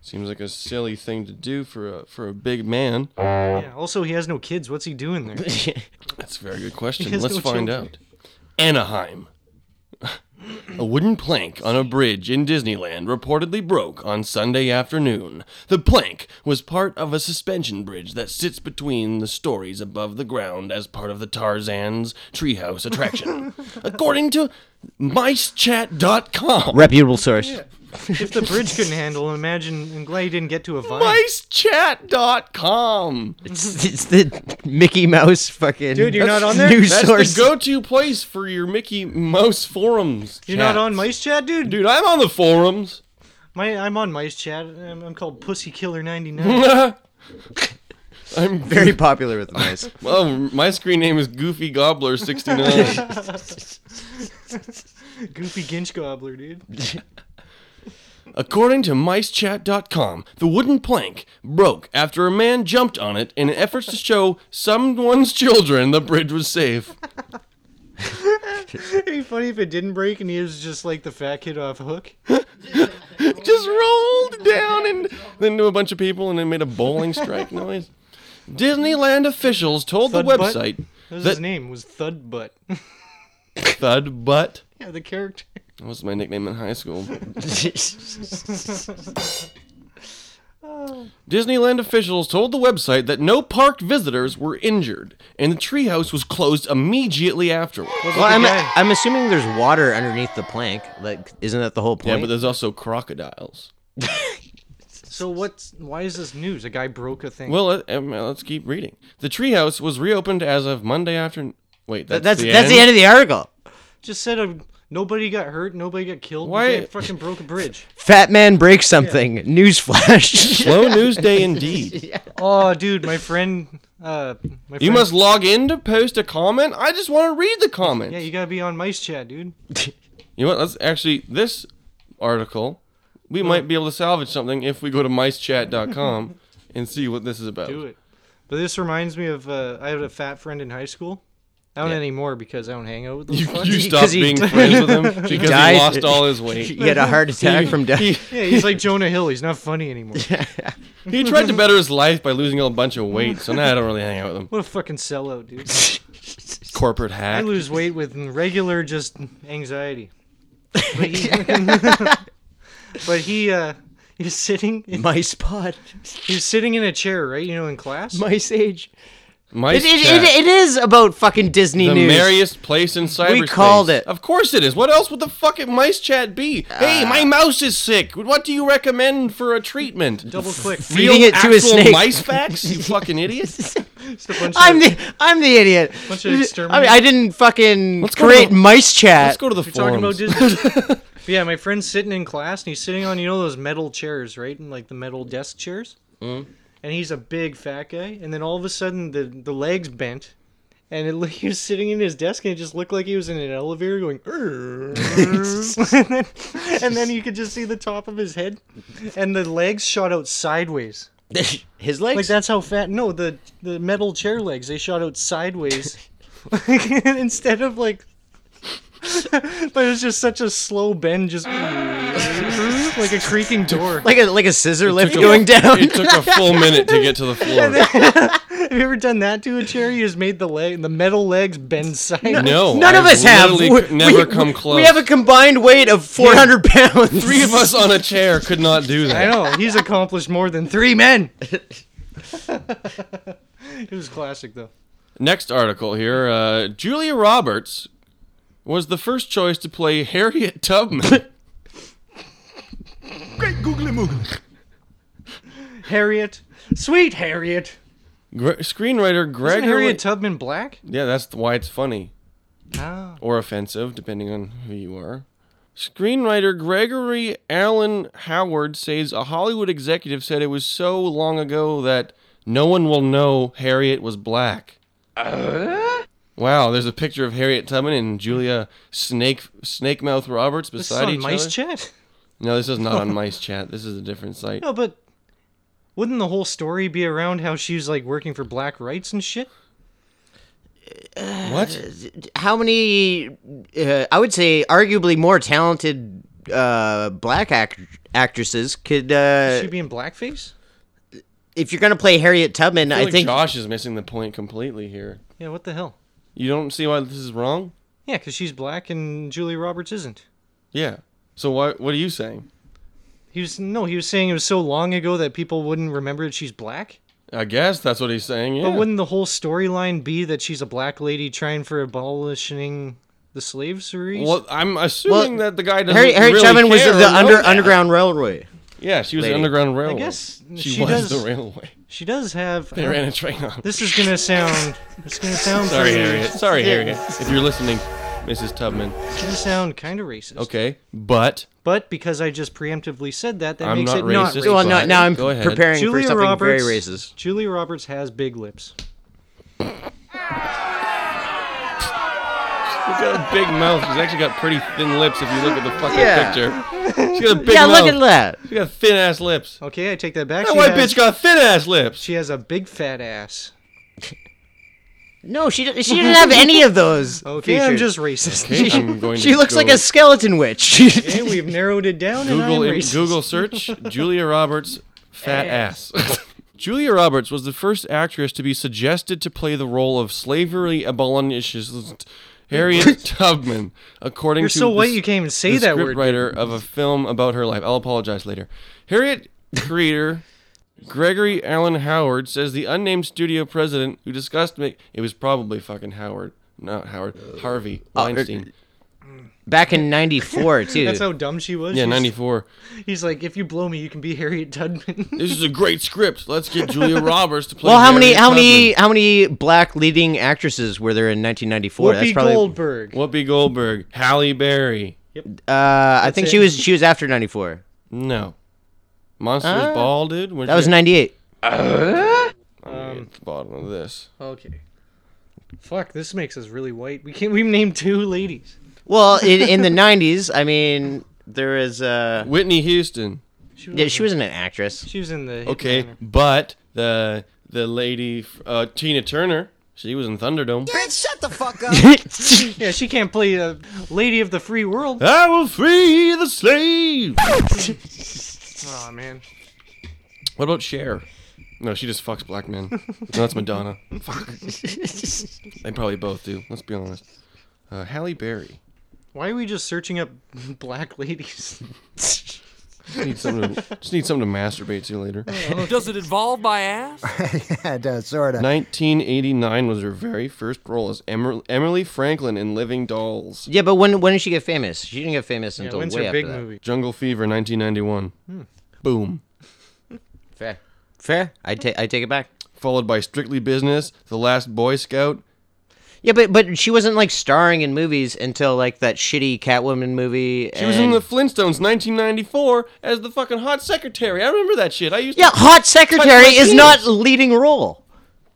Speaker 3: seems like a silly thing to do for a for a big man.
Speaker 4: Yeah. Also, he has no kids. What's he doing there?
Speaker 3: That's a very good question.
Speaker 4: He has
Speaker 3: Let's
Speaker 4: no
Speaker 3: find
Speaker 4: children.
Speaker 3: out. Anaheim. A wooden plank on a bridge in Disneyland reportedly broke on Sunday afternoon. The plank was part of a suspension bridge that sits between the stories above the ground as part of the Tarzan's Treehouse attraction. According to micechat.com.
Speaker 5: Reputable source.
Speaker 4: if the bridge couldn't handle, him, imagine I'm glad he didn't get to a vine.
Speaker 3: Micechat.com.
Speaker 5: It's, it's the Mickey Mouse fucking
Speaker 4: Dude, you're not on there?
Speaker 5: news
Speaker 3: That's
Speaker 5: source.
Speaker 3: the go-to place for your Mickey Mouse forums.
Speaker 4: You're not
Speaker 3: chat.
Speaker 4: on mice chat, dude.
Speaker 3: Dude, I'm on the forums.
Speaker 4: My, I'm on mice chat. I'm, I'm called Pussy Killer 99.
Speaker 3: I'm
Speaker 5: Very popular with the mice.
Speaker 3: Well, my screen name is Goofy Gobbler 69.
Speaker 4: Goofy Ginch Gobbler, dude.
Speaker 3: According to micechat.com, the wooden plank broke after a man jumped on it in efforts to show someone's children the bridge was safe.
Speaker 4: It'd be funny if it didn't break and he was just like the fat kid off Hook.
Speaker 3: Just rolled down and then to a bunch of people and then made a bowling strike noise. Disneyland officials told
Speaker 4: Thud
Speaker 3: the
Speaker 4: Butt?
Speaker 3: website
Speaker 4: That was
Speaker 3: that
Speaker 4: his name, was Thud Butt.
Speaker 3: Thud Butt
Speaker 4: yeah, the character.
Speaker 3: that was my nickname in high school. Disneyland officials told the website that no parked visitors were injured, and the treehouse was closed immediately afterward.
Speaker 5: Well, I'm, I'm assuming there's water underneath the plank. Like, isn't that the whole
Speaker 3: yeah,
Speaker 5: point?
Speaker 3: but there's also crocodiles.
Speaker 4: so what's why is this news? A guy broke a thing.
Speaker 3: Well, let, um, uh, let's keep reading. The treehouse was reopened as of Monday afternoon. Wait, that's
Speaker 5: that's
Speaker 3: the
Speaker 5: that's
Speaker 3: end?
Speaker 5: the end of the article.
Speaker 4: just said a, nobody got hurt, nobody got killed.
Speaker 3: Why-
Speaker 4: Why fucking broke a bridge?
Speaker 5: Fat man breaks something. Newsflash.
Speaker 3: Slow news day indeed.
Speaker 4: Oh, dude, my friend. Uh, my friend,
Speaker 3: You must log in to post a comment. I just want to read the comment.
Speaker 4: Yeah, you gotta be on mice chat, dude.
Speaker 3: You know what? Let's actually this article. We might be able to salvage something if we go to micechat.com and see what this is about.
Speaker 4: Do it. But this reminds me of uh, I had a fat friend in high school. I don't anymore because I don't hang out with those
Speaker 3: You,
Speaker 4: fucks.
Speaker 3: you
Speaker 5: 'Cause
Speaker 3: stopped
Speaker 5: he-
Speaker 3: being friends with him because he,
Speaker 5: died.
Speaker 3: lost all his weight.
Speaker 5: he had a heart attack from death.
Speaker 3: He,
Speaker 4: Yeah, he's like Jonah Hill. He's not funny anymore.
Speaker 3: he tried to better his life by losing a bunch of weight, so now I don't really hang out with him.
Speaker 4: What a fucking sellout, dude.
Speaker 3: Corporate
Speaker 4: I
Speaker 3: hack.
Speaker 4: lose weight with regular just anxiety. But he, but he, uh, he was sitting, in,
Speaker 5: Mice pod.
Speaker 4: he was sitting in a chair, right? You know, in class.
Speaker 5: Mice age.
Speaker 3: Mice
Speaker 5: It, it,
Speaker 3: chat.
Speaker 5: it, it is about fucking Disney
Speaker 3: the
Speaker 5: news.
Speaker 3: merriest place in cyberspace.
Speaker 5: called it.
Speaker 3: Of course it is. What else would the fuck it mice chat be? hey,
Speaker 5: Uh,
Speaker 3: my mouse is sick. What do you recommend for a treatment?
Speaker 4: Double click.
Speaker 5: Feeding it to a
Speaker 3: actual
Speaker 5: snake.
Speaker 3: Mice facts, you fucking idiot.
Speaker 4: Just a bunch
Speaker 5: I'm
Speaker 4: of-
Speaker 5: the I'm the idiot.
Speaker 4: Bunch of
Speaker 5: I, mean,
Speaker 4: exterminators.
Speaker 5: I didn't fucking
Speaker 3: Let's go to
Speaker 5: create
Speaker 3: the-
Speaker 5: mice
Speaker 3: Let's
Speaker 5: chat.
Speaker 3: go to the
Speaker 4: We're talking about
Speaker 3: forums.
Speaker 4: Disney. yeah, my friend's sitting in class and he's sitting on you know those metal chairs, right? And like the metal desk chairs.
Speaker 3: Mm-hmm.
Speaker 4: And he's a big fat guy, and then all of a sudden the the legs bent, and it, looked- he was sitting in his desk, and it just looked like he was in an elevator going. "Err." and, then, and then you could just see the top of his head, and the legs shot out sideways.
Speaker 5: His
Speaker 4: Like
Speaker 5: legs.
Speaker 4: that's how fat. No, the the metal chair legs they shot out sideways instead of like. but it was just such a slow bend, just like a creaking door.
Speaker 5: like a like a scissor lift
Speaker 3: took a-
Speaker 5: going down.
Speaker 3: It took a full minute to get to the floor.
Speaker 4: Have you ever done that to a chair? You just made the leg, the metal legs bend sideways.
Speaker 3: No,
Speaker 5: None of
Speaker 3: I've
Speaker 5: us have.
Speaker 3: literally
Speaker 5: We-
Speaker 3: never
Speaker 5: we-
Speaker 3: come close.
Speaker 5: We have a combined weight of 400 pounds.
Speaker 3: Three of us on a chair could not do that.
Speaker 4: I know he's accomplished more than three men. it was classic though.
Speaker 3: Next article here. Uh, Julia Roberts was the first choice to play Harriet Tubman.
Speaker 4: Harriet, sweet Harriet.
Speaker 3: Gre- screenwriter
Speaker 4: Isn't
Speaker 3: Gregory.
Speaker 4: Harriet Tubman black?
Speaker 3: yeah, that's why it's funny
Speaker 4: Oh.
Speaker 3: or offensive, depending on who you are. Screenwriter Gregory Allen Howard says a Hollywood executive said it was so long ago that no one will know Harriet was black.
Speaker 4: Uh?
Speaker 3: Wow, there's a picture of Harriet Tubman and Julia Snake Snake Mouth Roberts
Speaker 4: This
Speaker 3: beside
Speaker 4: is on
Speaker 3: each
Speaker 4: mice
Speaker 3: other.
Speaker 4: chat.
Speaker 3: No, this is not on Mice Chat. This is a different site.
Speaker 4: No, but wouldn't the whole story be around how she's like working for black rights and shit?
Speaker 3: What?
Speaker 5: How many? Uh, I would say arguably more talented uh, black act- actresses could. Uh,
Speaker 3: Eh.
Speaker 4: She'd be in blackface?
Speaker 5: if you're gonna play Harriet Tubman,
Speaker 3: I,
Speaker 5: I,
Speaker 3: feel like
Speaker 5: think
Speaker 3: Josh is missing the point completely here.
Speaker 4: Yeah, what the hell?
Speaker 3: You don't see why this is wrong?
Speaker 4: Yeah, because she's black and Julia Roberts isn't.
Speaker 3: Yeah. So what what are you saying?
Speaker 4: He was no, he was saying it was so long ago that people wouldn't remember that she's black.
Speaker 3: I guess that's what he's saying. Yeah.
Speaker 4: But wouldn't the whole storyline be that she's a black lady trying for abolishing the slavery?
Speaker 3: well, I'm assuming that the guy doesn't
Speaker 5: Harry, Harry
Speaker 3: really
Speaker 5: Chapman was
Speaker 3: care
Speaker 5: of the
Speaker 3: or know
Speaker 5: under,
Speaker 3: that.
Speaker 5: Underground Railway.
Speaker 3: Yeah, she was the
Speaker 5: lady.
Speaker 3: Underground Railway.
Speaker 4: I guess
Speaker 3: she,
Speaker 4: she
Speaker 3: was
Speaker 4: does-
Speaker 3: the railway.
Speaker 4: She does have.
Speaker 3: They ran a train on.
Speaker 4: This is gonna sound. It's gonna sound.
Speaker 3: Sorry,
Speaker 4: pretty-
Speaker 3: Harriet. Sorry,
Speaker 4: Yeah,
Speaker 3: Harriet. If you're listening, Mrs. Tubman.
Speaker 4: It's gonna sound kind of racist.
Speaker 3: Okay, but
Speaker 4: But because I just preemptively said that, that
Speaker 3: I'm
Speaker 4: makes
Speaker 3: not
Speaker 4: it not
Speaker 3: racist,
Speaker 4: racist.
Speaker 3: Well, no- but- now I'm Go ahead. preparing
Speaker 5: for something very racist.
Speaker 4: Julia Roberts has big lips.
Speaker 3: she's got a big mouth. She's actually got pretty thin lips. If you look at the fucking
Speaker 5: Yeah.
Speaker 3: picture, she's got a big
Speaker 5: Yeah,
Speaker 3: mouth.
Speaker 5: look at that.
Speaker 3: She got thin ass lips.
Speaker 4: Okay, I take that back.
Speaker 3: That
Speaker 4: She
Speaker 3: white
Speaker 4: has-
Speaker 3: bitch got thin ass lips.
Speaker 4: She has a big fat ass.
Speaker 5: No, she didn't- she didn't have any of those.
Speaker 4: Okay, I'm
Speaker 5: features.
Speaker 4: just racist.
Speaker 3: Okay, I'm going
Speaker 5: She
Speaker 3: to
Speaker 5: looks like
Speaker 3: go-
Speaker 5: a skeleton witch.
Speaker 4: Okay, we've narrowed it Eh. down, and I'm
Speaker 3: Google im-
Speaker 4: racist.
Speaker 3: Google search Julia Roberts fat ass. Julia Roberts was the first actress to be suggested to play the role of slavery abolitionist Harriet Tubman, according
Speaker 4: You're
Speaker 3: to
Speaker 4: so
Speaker 3: the
Speaker 4: white
Speaker 3: s-
Speaker 4: you can't even say
Speaker 3: the
Speaker 4: that word.
Speaker 3: Writer of a film about her life. I'll apologize later. Harriet creator Gregory Allen Howard says the unnamed studio president who discussed make it was probably fucking Howard, not Howard, Harvey Weinstein.
Speaker 5: Back in '94 too.
Speaker 4: That's how dumb she was.
Speaker 3: yeah,
Speaker 4: She's-
Speaker 3: ninety four.
Speaker 4: He's like, if you blow me, you can be Harriet Tubman.
Speaker 3: This is a great script. Let's get Julia Roberts to play.
Speaker 5: well, how many
Speaker 3: Harriet
Speaker 5: how many
Speaker 3: Tubman.
Speaker 5: how many black leading actresses were there in 1994? That's
Speaker 4: Whoopi
Speaker 5: probably
Speaker 4: Goldberg.
Speaker 3: Whoopi Goldberg, Halle Berry.
Speaker 5: uh, I think she
Speaker 4: it.
Speaker 5: was she was after '94.
Speaker 3: No, Monsters
Speaker 5: Uh,
Speaker 3: Ball, dude. When
Speaker 5: That
Speaker 3: she-
Speaker 5: was '98.
Speaker 3: Let me get to the um, bottom of this.
Speaker 4: Okay. Fuck, this makes us really white. We can't. We named two ladies.
Speaker 5: Well, in, in the '90s, I mean, there is uh,
Speaker 3: Whitney Houston.
Speaker 4: She was,
Speaker 5: yeah, she wasn't an actress.
Speaker 4: She was in the.
Speaker 3: Okay,
Speaker 4: Hitman.
Speaker 3: but the the lady, f- uh, Tina Turner. She was in Thunderdome.
Speaker 6: Bitch, shut the fuck up.
Speaker 4: Yeah, she can't play a lady of the free world.
Speaker 3: I will free the slave.
Speaker 4: Oh man.
Speaker 3: What about Cher? No, she just fucks black men. No, that's Madonna. Fuck. they probably both do. Let's be honest. Uh, Halle Berry.
Speaker 4: Why are we just searching up black ladies?
Speaker 3: Just need something. To, just need something to masturbate to later.
Speaker 1: Does it involve my ass?
Speaker 12: yeah, it does, sort of.
Speaker 3: 1989 was her very first role as Emer- Emily Franklin in Living Dolls.
Speaker 5: Yeah, but when when did she get famous? She didn't get famous until
Speaker 4: when's
Speaker 5: way
Speaker 4: her
Speaker 5: after
Speaker 4: big
Speaker 5: that.
Speaker 4: movie?
Speaker 3: Jungle Fever, 1991. Boom.
Speaker 5: Fair, fair. I take I take it back.
Speaker 3: Followed by Strictly Business, The Last Boy Scout.
Speaker 5: Yeah, but but she wasn't like starring in movies until like that shitty Catwoman movie.
Speaker 3: She was in the Flintstones, 1994, as the fucking hot secretary. I remember that shit. I used
Speaker 5: yeah.
Speaker 3: to.
Speaker 5: Hot secretary
Speaker 3: Touch my
Speaker 5: is not
Speaker 3: penis.
Speaker 5: leading role.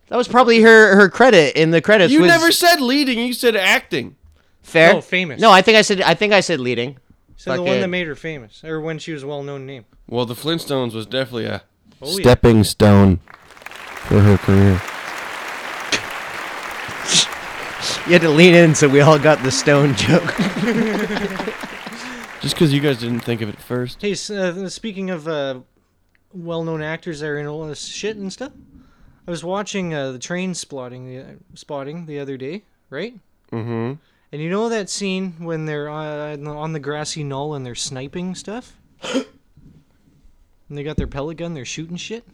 Speaker 5: That was probably her her credit in the credits.
Speaker 3: You
Speaker 5: was
Speaker 3: never said leading. You said acting.
Speaker 5: fair.
Speaker 4: No, Oh, famous.
Speaker 5: No, I think I said I think I said leading.
Speaker 4: So the one
Speaker 5: Fucking-
Speaker 4: that made her famous, or when she was a well-known name.
Speaker 3: Well, the Flintstones was definitely a
Speaker 4: Oh, yeah.
Speaker 3: stepping stone for her career.
Speaker 5: You had to lean in so we all got the stone joke.
Speaker 3: Just because you guys didn't think of it first.
Speaker 4: Hey, s- uh, speaking of uh, well-known actors that are in all this shit and stuff, I was watching uh, the train spotting the spotting the other day, right?
Speaker 3: Mm-hmm.
Speaker 4: And you know that scene when they're uh, on the- on the grassy knoll and they're sniping stuff, and they got their pellet gun, they're shooting shit.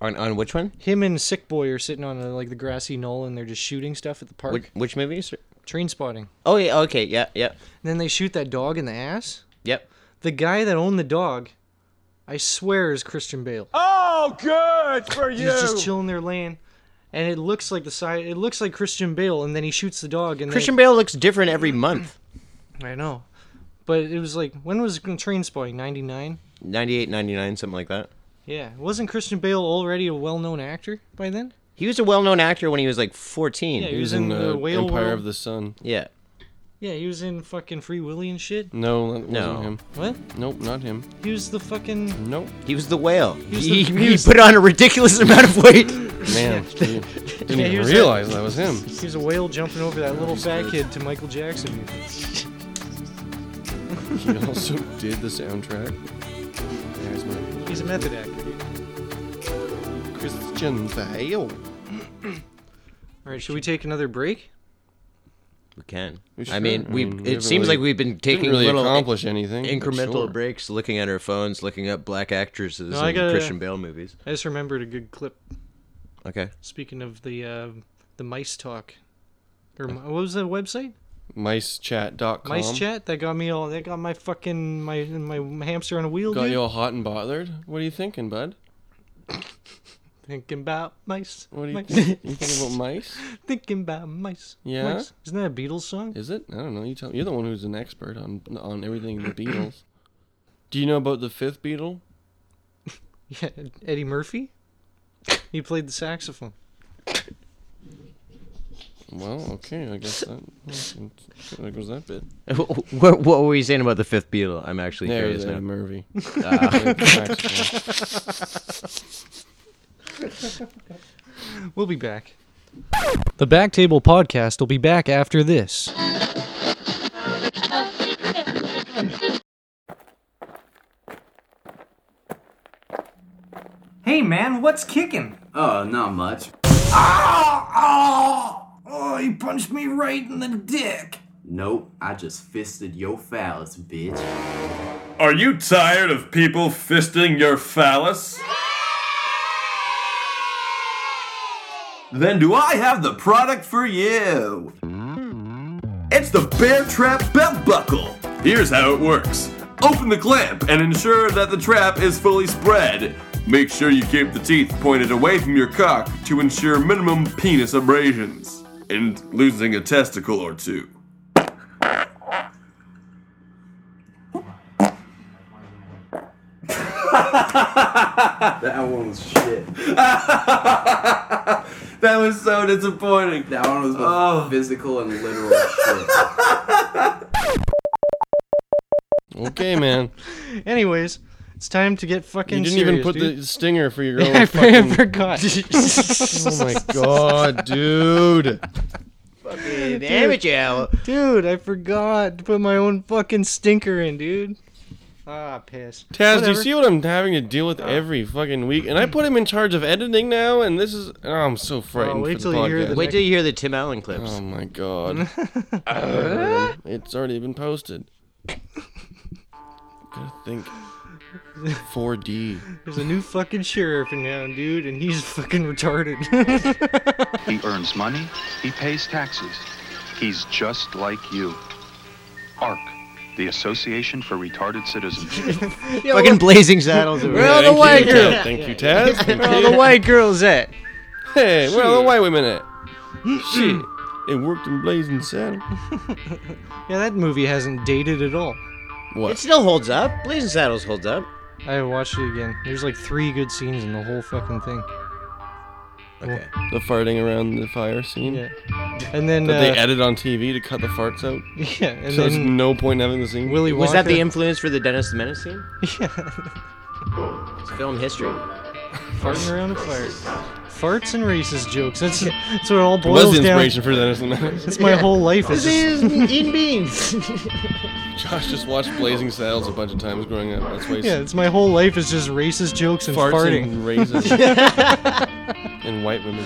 Speaker 5: on on which one?
Speaker 4: Him and Sick Boy are sitting on uh like the grassy knoll and they're just shooting stuff at the park.
Speaker 5: Which, which movie? sir?
Speaker 4: Train spotting.
Speaker 5: Oh yeah. Okay. Yeah. Yeah.
Speaker 4: And then they shoot that dog in the ass.
Speaker 5: Yep.
Speaker 4: The guy that owned the dog, I swear, is Christian Bale.
Speaker 7: Oh, good for
Speaker 4: He's just chilling there, laying, and it looks like the side. It looks like Christian Bale, and then he shoots the dog. And
Speaker 5: Christian Bale looks different every month.
Speaker 4: Bale. I know, but it was like when was Train Spotting? Ninety nine.
Speaker 5: 98, 99, something like that.
Speaker 4: Yeah, wasn't Christian Bale already a well known actor by then?
Speaker 5: He was a well-known actor when he was like 14.
Speaker 4: Yeah,
Speaker 5: Yeah.
Speaker 4: he was in the
Speaker 3: uh,
Speaker 4: Whale
Speaker 3: Empire
Speaker 4: World.
Speaker 3: of the Sun.
Speaker 4: Yeah, he was in fucking Free Willy and shit.
Speaker 3: No, that
Speaker 5: No.
Speaker 3: wasn't him.
Speaker 4: What?
Speaker 3: Nope, not him.
Speaker 4: He was the fucking
Speaker 3: Nope.
Speaker 5: He was the whale.
Speaker 4: was
Speaker 5: he,
Speaker 4: the-
Speaker 5: he
Speaker 4: he was-
Speaker 5: put on a ridiculous amount of weight.
Speaker 3: Man, didn't didn't
Speaker 4: Yeah, he
Speaker 3: even
Speaker 4: was
Speaker 3: realize that was him.
Speaker 4: he was a whale jumping over that little fat kid to Michael Jackson.
Speaker 3: He also did the soundtrack. There's my
Speaker 4: He's a method actor.
Speaker 3: Christian Bale.
Speaker 4: All right, should we take another break?
Speaker 5: We can.
Speaker 3: We
Speaker 5: I mean,
Speaker 3: should. I
Speaker 5: we.
Speaker 3: mean, we
Speaker 5: it
Speaker 3: haven't
Speaker 5: seems
Speaker 3: really-
Speaker 5: like we've been
Speaker 3: didn't
Speaker 5: taking
Speaker 3: really
Speaker 5: little
Speaker 3: accomplish anything, but
Speaker 5: incremental
Speaker 3: sure.
Speaker 5: breaks, looking at our phones, looking up black actresses
Speaker 4: No,
Speaker 5: and
Speaker 4: I gotta-
Speaker 5: Christian Bale movies.
Speaker 4: I just remembered a good clip.
Speaker 5: Okay.
Speaker 4: Speaking of the uh, the mice talk, or
Speaker 3: Uh,
Speaker 4: mi- what was the website?
Speaker 3: MiceChat.com.
Speaker 4: Mice chat. That got me all. That got my fucking my my hamster on a wheel.
Speaker 3: Got
Speaker 4: dude.
Speaker 3: you all hot and bothered. What are you thinking, bud?
Speaker 4: Thinking about mice.
Speaker 3: What do you,
Speaker 4: mice.
Speaker 3: you thinking about mice?
Speaker 4: Thinking about mice.
Speaker 3: Yeah?
Speaker 4: Mice. Isn't that a Beatles song?
Speaker 3: Is it? I don't know. You tell. You're the one who's an expert on on everything the Beatles. Do you know about the fifth Beatle?
Speaker 4: Yeah, Eddie Murphy. He played the saxophone.
Speaker 3: Well, okay, I guess that, well, there goes that bit.
Speaker 5: what, what were we saying about the fifth Beatle? I'm actually
Speaker 3: There's
Speaker 5: curious now.
Speaker 3: Eddie Murphy.
Speaker 5: Ah.
Speaker 4: We'll be back. The Back Table Podcast will be back after this.
Speaker 13: Hey man, what's kicking?
Speaker 14: Oh, not much.
Speaker 13: Oh, you punched me right in the dick.
Speaker 14: Nope, I just fisted your phallus, bitch.
Speaker 7: Are you tired of people fisting your phallus?
Speaker 15: Then do I have the product for you? It's the Bear Trap Belt Buckle. Here's how it works open the clamp and ensure that the trap is fully spread. Make sure you keep the teeth pointed away from your cock to ensure minimum penis abrasions and losing a testicle or two.
Speaker 14: that one was shit. that was so disappointing. That one was both physical and literal shit.
Speaker 3: Okay, man.
Speaker 4: Anyways, it's time to get fucking.
Speaker 3: you didn't even
Speaker 4: serious,
Speaker 3: put
Speaker 4: dude.
Speaker 3: the stinger for your own
Speaker 4: I
Speaker 3: fucking...
Speaker 4: forgot.
Speaker 3: oh my god, dude.
Speaker 4: Dude,
Speaker 5: amateur.
Speaker 4: Dude, I forgot to put my own fucking stinker in, dude. Ah, piss.
Speaker 3: Taz, do you
Speaker 4: Whatever.
Speaker 3: see what I'm having to deal with every fucking week? And I put him in charge of editing now, and this is... Oh, I'm so frightened
Speaker 5: wait
Speaker 3: for
Speaker 5: till
Speaker 3: the
Speaker 5: you hear
Speaker 3: podcast.
Speaker 5: the Wait next- till you hear the Tim Allen clips.
Speaker 3: Oh my god. Uh, it's already been posted. Gotta think. 4D.
Speaker 4: There's a new fucking sheriff in town, dude, and he's fucking retarded.
Speaker 16: He earns money, he pays taxes. He's just like you. ARC, the Association for Retarded Citizens.
Speaker 5: Fucking Blazing Saddles.
Speaker 16: Where are the Thank you, white Ted. girls?
Speaker 3: Thank you, Taz. Thank
Speaker 5: Where are
Speaker 3: you.
Speaker 5: the white girls at?
Speaker 3: Hey, where are the white women at? Shit. It worked in Blazing Saddle.
Speaker 4: yeah, that movie hasn't dated at all.
Speaker 3: What?
Speaker 5: It still holds up. Blazing Saddles holds up.
Speaker 4: I watched it again. There's like three good scenes in the whole fucking thing. Okay.
Speaker 3: The farting around the fire scene. Yeah.
Speaker 4: And then,
Speaker 3: that
Speaker 4: uh,
Speaker 3: they edit on TV to cut the farts out.
Speaker 4: Yeah, and
Speaker 3: so there's
Speaker 4: then
Speaker 3: no point in having the scene. Willy
Speaker 5: Was that the influence for the Dennis the Menace scene?
Speaker 4: Yeah.
Speaker 5: It's film history.
Speaker 4: Farting around a fire. Farts and racist jokes. That's that's what it all
Speaker 3: It was
Speaker 4: boils
Speaker 3: the
Speaker 4: down.
Speaker 3: inspiration for Dennis the Menace.
Speaker 4: That's my whole life. Is just...
Speaker 5: eating beans.
Speaker 3: Josh just watched Blazing Saddles a bunch of times growing up. That's why he's
Speaker 4: yeah, it's my whole life is just racist jokes and
Speaker 3: farts
Speaker 4: farting.
Speaker 3: and raisins and white women.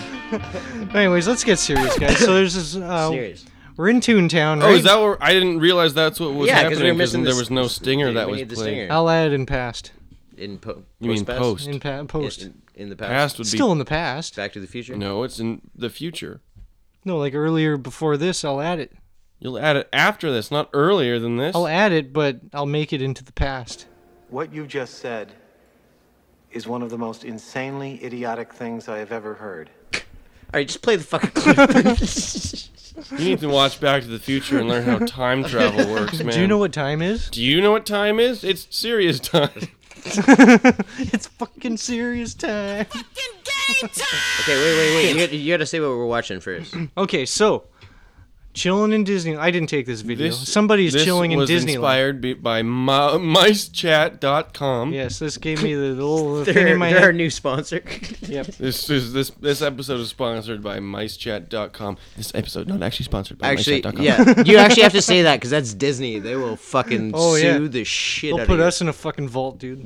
Speaker 4: Anyways, let's get serious, guys. So there's this. Uh,
Speaker 3: Serious.
Speaker 4: We're in Toontown, right?
Speaker 3: Oh, is that what? I didn't realize that's what was
Speaker 4: Yeah, 'cause we were
Speaker 3: happening because
Speaker 4: missing
Speaker 3: there
Speaker 4: the
Speaker 3: was no stinger that
Speaker 5: we
Speaker 3: was
Speaker 5: need the
Speaker 3: playing.
Speaker 5: stinger.
Speaker 4: I'll add in past.
Speaker 5: In po-
Speaker 3: You mean
Speaker 5: post-past?
Speaker 3: post?
Speaker 4: In pa- post.
Speaker 5: In, in the past.
Speaker 3: Past would be
Speaker 4: Still in the past.
Speaker 5: Back to the future.
Speaker 3: No, it's in the future.
Speaker 4: No, like earlier before this, I'll add it.
Speaker 3: You'll add it after this, not earlier than this.
Speaker 4: I'll add it, but I'll make it into the past.
Speaker 17: What you just said is one of the most insanely idiotic things I have ever heard.
Speaker 5: All right, just play the fucking clip.
Speaker 3: You need to watch Back to the Future and learn how time travel works, man.
Speaker 4: Do you know what time is?
Speaker 3: Do you know what time is? It's serious time.
Speaker 4: It's fucking serious time.
Speaker 5: okay, wait, wait, wait. You gotta, you gotta say what we're watching first.
Speaker 4: okay, so chilling in Disney. I didn't take this video.
Speaker 3: This-
Speaker 4: Somebody's
Speaker 3: this
Speaker 4: chilling in
Speaker 3: was
Speaker 4: Disneyland.
Speaker 3: Inspired be- by mi- micechat.com.
Speaker 4: Yes, this gave me the little
Speaker 5: They're,
Speaker 4: thing in my
Speaker 5: they're our
Speaker 4: head.
Speaker 5: new sponsor.
Speaker 4: yep.
Speaker 3: This is this this episode is sponsored by micechat.com. This episode not actually sponsored by
Speaker 5: Actually,
Speaker 3: micechat.com.
Speaker 5: yeah. You actually have to say that because that's Disney. They will fucking
Speaker 4: Oh yeah.
Speaker 5: sue the shit
Speaker 4: They'll
Speaker 5: out
Speaker 4: put
Speaker 5: of
Speaker 4: us in a fucking vault, dude.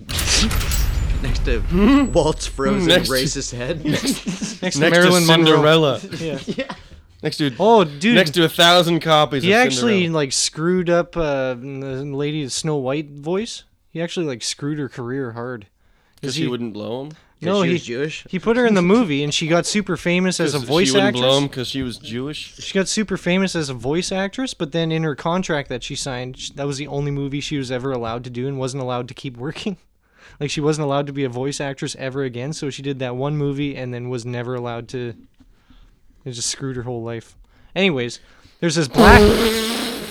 Speaker 5: you. Next to Walt's frozen
Speaker 4: Next-
Speaker 5: racist head.
Speaker 4: Next to Marilyn Monroe.
Speaker 3: Cinderella.
Speaker 4: Yeah.
Speaker 3: Next to
Speaker 4: oh, dude,
Speaker 3: next to a thousand copies.
Speaker 4: He
Speaker 3: of
Speaker 4: actually
Speaker 3: Cinderella.
Speaker 4: like screwed up uh, the lady's Snow White voice. He actually like screwed her career hard
Speaker 3: 'Cause she wouldn't blow him.
Speaker 4: No,
Speaker 5: she
Speaker 4: he
Speaker 5: was Jewish?
Speaker 4: He put her in the movie, and she got super famous as a
Speaker 3: 'Cause
Speaker 4: voice
Speaker 3: she wouldn't
Speaker 4: actress.
Speaker 3: blow him because she was Jewish.
Speaker 4: She got super famous as a voice actress, but then in her contract that she signed, sh- that was the only movie she was ever allowed to do and wasn't allowed to keep working. Like she wasn't allowed to be a voice actress ever again, so she did that one movie and then was never allowed to it just screwed her whole life. Anyways, there's this black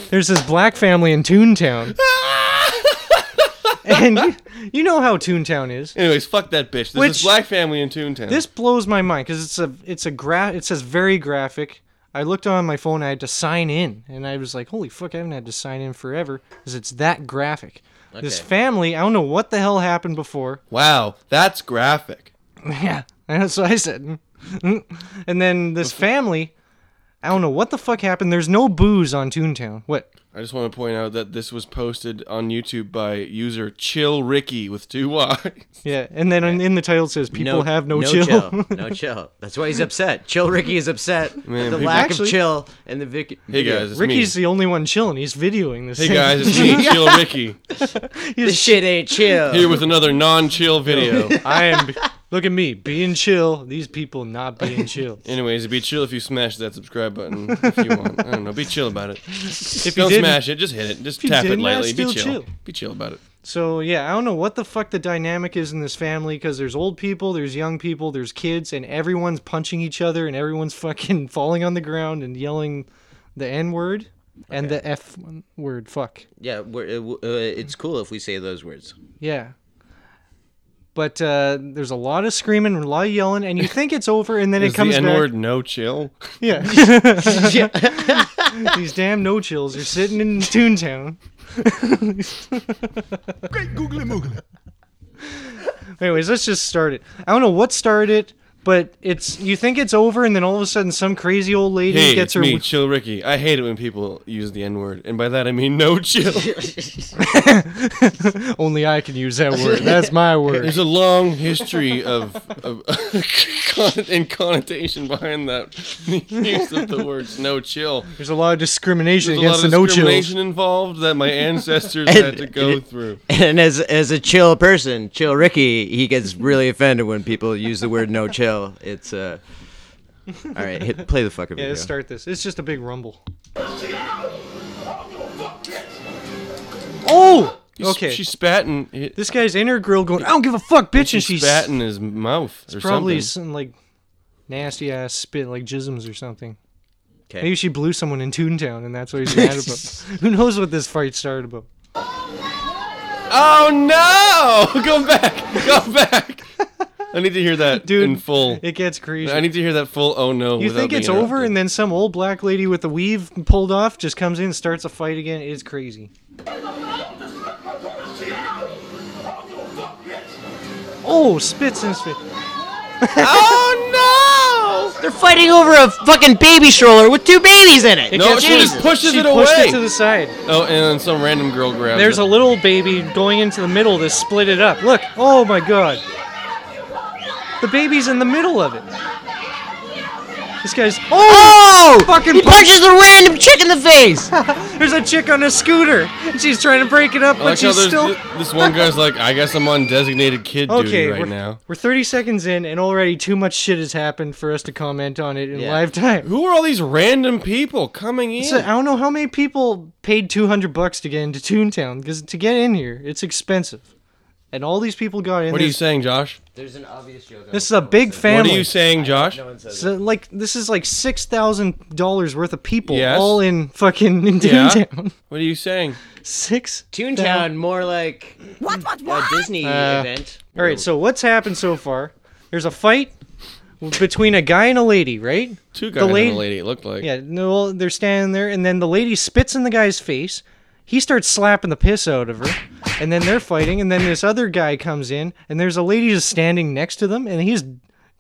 Speaker 4: there's this black family in Toontown. and you, you know how Toontown is.
Speaker 3: Anyways, fuck that bitch. There's
Speaker 4: Which-
Speaker 3: this black family in Toontown.
Speaker 4: This blows my mind because it's a it's a gra- it says very graphic. I looked on my phone. I had to sign in, and I was like, "Holy fuck! I haven't had to sign in forever because it's that graphic." This
Speaker 3: Okay.
Speaker 4: family, I don't know what the hell happened before.
Speaker 3: Wow, that's graphic.
Speaker 4: yeah, that's what I said. and then this family, I don't know what the fuck happened. There's no booze on Toontown. What?
Speaker 3: I just want to point out that this was posted on YouTube by user Chill Ricky with two Y's.
Speaker 4: Yeah, and then in, in the title it says people have no, chill.
Speaker 5: no chill. That's why he's upset. Chill Ricky is upset. at
Speaker 3: Man,
Speaker 5: the
Speaker 3: people-
Speaker 5: lack
Speaker 4: Actually-
Speaker 5: of chill and the Vic.
Speaker 3: Hey, guys, it's
Speaker 4: Ricky's the only one chilling. He's videoing this.
Speaker 3: Hey
Speaker 4: thing.
Speaker 3: guys, it's me, Chill Ricky,
Speaker 5: this shit ain't chill.
Speaker 3: here with another non-chill video.
Speaker 4: I am. Look at me being chill. These people not being chill.
Speaker 3: Anyways, be chill if you smash that subscribe button if you want. I don't know. Be chill about it. If
Speaker 4: you
Speaker 3: don't
Speaker 4: didn't-
Speaker 3: smash it, just hit it. Just
Speaker 4: if you
Speaker 3: tap it
Speaker 4: didn't, that's
Speaker 3: lightly. Be
Speaker 4: still
Speaker 3: chill.
Speaker 4: chill.
Speaker 3: Be chill about it.
Speaker 4: So yeah, I don't know what the fuck the dynamic is in this family because there's old people, there's young people, there's kids, and everyone's punching each other and everyone's fucking falling on the ground and yelling the N word and the F word. Fuck.
Speaker 5: Yeah, we're, uh, w- uh, it's cool if we say those words.
Speaker 4: Yeah. But uh, there's a lot of screaming, a lot of yelling, and you think it's over, and then
Speaker 3: Is
Speaker 4: it comes
Speaker 3: the
Speaker 4: back.
Speaker 3: N-word no chill?
Speaker 4: Yeah. These damn no chills are sitting in Toontown. Great googly moogly. Anyways, let's just start it. I don't know what started it, but it's you think it's over, and then all of a sudden, some crazy old lady
Speaker 3: Hey,
Speaker 4: gets
Speaker 3: it's
Speaker 4: her.
Speaker 3: me, Chill Ricky. I hate it when people use the N-word, and by that I mean no chill.
Speaker 4: Only I can use that word. That's my word.
Speaker 3: There's a long history of, of con- and connotation behind that use of the words no chill.
Speaker 4: There's a lot of discrimination
Speaker 3: There's a
Speaker 4: against
Speaker 3: lot of
Speaker 4: the no chills.
Speaker 3: discrimination involved that my ancestors
Speaker 5: And-
Speaker 3: had to go through.
Speaker 5: And as as a chill person, chill Ricky, he gets really offended when people use the word no chill. It's uh. All right, hit play the fucking
Speaker 4: Yeah,
Speaker 5: video.
Speaker 4: let's start this. It's just a big rumble. Oh,
Speaker 3: He's-
Speaker 4: okay.
Speaker 3: She's spatting.
Speaker 4: This guy's inner girl going, I don't give a fuck, bitch, and she's
Speaker 3: spat in his mouth.
Speaker 4: It's
Speaker 3: or
Speaker 4: probably
Speaker 3: something.
Speaker 4: some like nasty ass spit, like jisms or something.
Speaker 5: 'Kay.
Speaker 4: Maybe she blew someone in Toontown, and that's what he's mad about. Who knows what this fight started about?
Speaker 3: Oh no! Go back! Go back! I need to hear that in full.
Speaker 4: It gets crazy.
Speaker 3: I need to hear that full. Oh no!
Speaker 4: You
Speaker 3: Oh. without
Speaker 4: think
Speaker 3: being
Speaker 4: it's
Speaker 3: interrupted.
Speaker 4: over, and then some old black lady with a weave pulled off just comes in and starts a fight again. It's crazy. Oh, spits in his face.
Speaker 3: oh
Speaker 5: no! They're fighting over a fucking baby stroller with two babies in it.
Speaker 3: No, she just pushes
Speaker 4: She
Speaker 3: it away.
Speaker 4: pushed it to the side.
Speaker 3: Oh, and then some random girl grabs
Speaker 4: There's
Speaker 3: it.
Speaker 4: a little baby going into the middle to split it up. Look, oh my god. The baby's in the middle of it. This guy's oh, fucking
Speaker 5: he punches
Speaker 4: punch-
Speaker 5: a random chick in the face.
Speaker 4: There's a chick on a scooter and she's trying to break it up,
Speaker 3: I
Speaker 4: but
Speaker 3: like how
Speaker 4: she's
Speaker 3: there's
Speaker 4: still
Speaker 3: thi- this one guy's like, I guess I'm on designated kid
Speaker 4: okay.
Speaker 3: duty right
Speaker 4: we're,
Speaker 3: now.
Speaker 4: we're 30 seconds in and already too much shit has happened for us to comment on it in
Speaker 3: Yeah.
Speaker 4: live time.
Speaker 3: Who are all these random people coming in?
Speaker 4: So, I don't know how many people paid 200 bucks to get into Toontown because to get in here, it's expensive. And all these people got in.
Speaker 3: What are you
Speaker 4: There's-
Speaker 3: saying, Josh?
Speaker 5: There's an obvious joke.
Speaker 4: This is a big family.
Speaker 3: What are you saying, Josh?
Speaker 4: So, like this is like six thousand dollars worth of people
Speaker 3: Yes.
Speaker 4: all in fucking in
Speaker 3: Yeah.
Speaker 4: Toontown.
Speaker 3: What are you saying?
Speaker 4: Six
Speaker 5: Toontown, more like what, what, a Disney
Speaker 4: Uh,
Speaker 5: event.
Speaker 4: All right, so what's happened so far? There's a fight between a guy and a lady, right?
Speaker 3: Two
Speaker 4: The
Speaker 3: guys and a
Speaker 4: lady-
Speaker 3: lady, it looked like.
Speaker 4: Yeah, no, well, they're standing there, and then the lady spits in the guy's face. He starts slapping the piss out of her, and then they're fighting, and then this other guy comes in, and there's a lady just standing next to them, and he's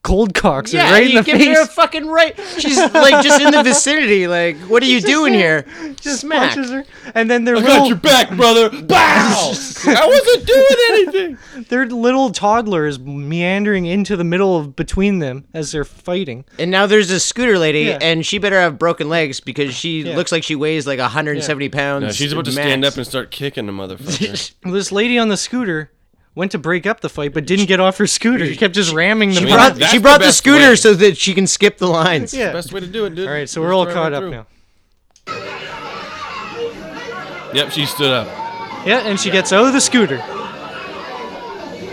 Speaker 4: cold cocks
Speaker 5: yeah,
Speaker 4: her right
Speaker 5: you
Speaker 4: in the
Speaker 5: give
Speaker 4: face.
Speaker 5: her a fucking right. She's like just in the vicinity. Like, what are you doing here?
Speaker 4: Just
Speaker 5: Smack.
Speaker 4: punches her, and then their
Speaker 5: I got
Speaker 4: little
Speaker 5: your
Speaker 3: back, brother. Bow! I wasn't doing
Speaker 4: anything. Their little toddler is meandering into the middle of between them as they're fighting.
Speaker 5: And now there's this scooter lady,
Speaker 4: Yeah.
Speaker 5: and she better have broken legs because she
Speaker 4: Yeah.
Speaker 5: looks like she weighs like 170 pounds.
Speaker 3: No, she's about to
Speaker 5: max.
Speaker 3: stand up and start kicking the motherfucker.
Speaker 4: Well, This lady on the scooter went to break up the fight, but didn't get off her scooter. She kept just ramming them.
Speaker 5: She
Speaker 4: out.
Speaker 5: brought, she brought the, scooter so that she can skip the lines.
Speaker 4: Yeah.
Speaker 3: Best way to do it, dude.
Speaker 4: All right, so
Speaker 3: Just
Speaker 4: we're all
Speaker 3: throw it
Speaker 4: caught
Speaker 3: right
Speaker 4: up
Speaker 3: through.
Speaker 4: now.
Speaker 3: Yep, she stood up.
Speaker 4: Yeah, and she gets out of the scooter.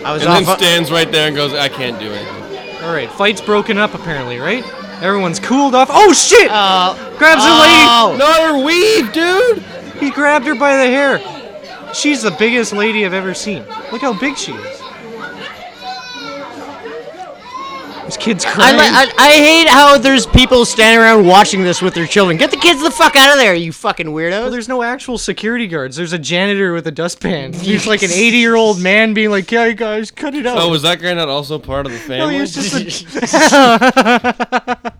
Speaker 5: I
Speaker 3: and then stands right there and goes, I can't do anything.
Speaker 4: All right, fight's broken up apparently, right? Everyone's cooled off. Oh shit! Grabs her
Speaker 5: Uh, oh.
Speaker 4: lady. Not her weave, dude. He grabbed her by the hair. She's the biggest lady I've ever seen. Look how big she is. This kid's
Speaker 5: I,
Speaker 4: crying.
Speaker 5: li- I, I hate how there's people standing around watching this with their children. Get the kids the fuck out of there, you fucking
Speaker 4: Well,
Speaker 5: weirdos.
Speaker 4: there's no actual security guards. There's a janitor with a dustpan. He's like an 80 year old man being like, "Hey guys, cut it out."
Speaker 3: Oh, was that guy not also part of the
Speaker 4: No,
Speaker 3: family?
Speaker 4: he was just a-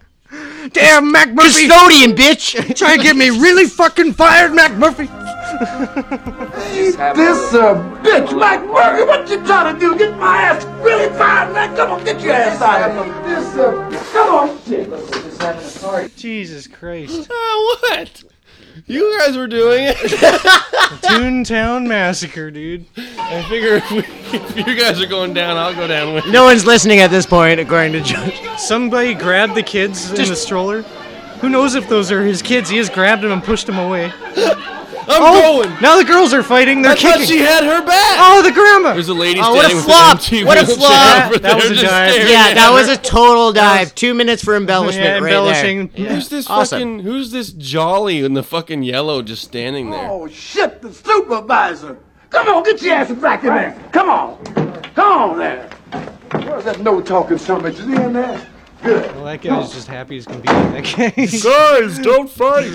Speaker 4: Damn, Mac Murphy!
Speaker 5: Custodian, bitch!
Speaker 4: Try and get me really fucking fired, Mac Murphy!
Speaker 13: This uh, bitch, Mike Murphy, what you trying to do? Get my ass really fired, man. Come on, get your ass out of here. This, uh, come on.
Speaker 4: Jesus Christ.
Speaker 3: Oh, what? You guys were doing it.
Speaker 4: Toontown Massacre, dude.
Speaker 3: I figure if, we, if you guys are going down, I'll go down with you.
Speaker 5: no one's listening at this point, according to Judge.
Speaker 4: Somebody grabbed the kids in the stroller. Who knows if those are his kids? He just grabbed them and pushed them away.
Speaker 3: I'm
Speaker 4: Oh,
Speaker 3: going.
Speaker 4: now the girls are fighting. They're
Speaker 3: I thought
Speaker 4: kicking.
Speaker 3: she had her back.
Speaker 4: Oh, the grandma.
Speaker 3: There's a lady
Speaker 5: Oh, what a
Speaker 3: standing
Speaker 5: flop!
Speaker 3: with an empty
Speaker 5: What a
Speaker 3: wheelchair
Speaker 5: flop!
Speaker 3: over
Speaker 4: That was
Speaker 3: there
Speaker 4: a
Speaker 3: just
Speaker 4: dive.
Speaker 3: staring
Speaker 5: Yeah,
Speaker 3: at
Speaker 5: that
Speaker 3: her.
Speaker 5: was a total dive. Two minutes for embellishment
Speaker 4: Yeah,
Speaker 5: right
Speaker 4: embellishing.
Speaker 5: there.
Speaker 3: Who's this
Speaker 5: Awesome.
Speaker 3: fucking? Who's this jolly in the fucking yellow just standing there?
Speaker 13: Oh, shit, the supervisor. Come on, get your ass back in there. Come on. Come on there. Where's that no talking summit? Is he in there?
Speaker 4: Well, that guy was just happy as can be in that case.
Speaker 3: Guys, don't fight.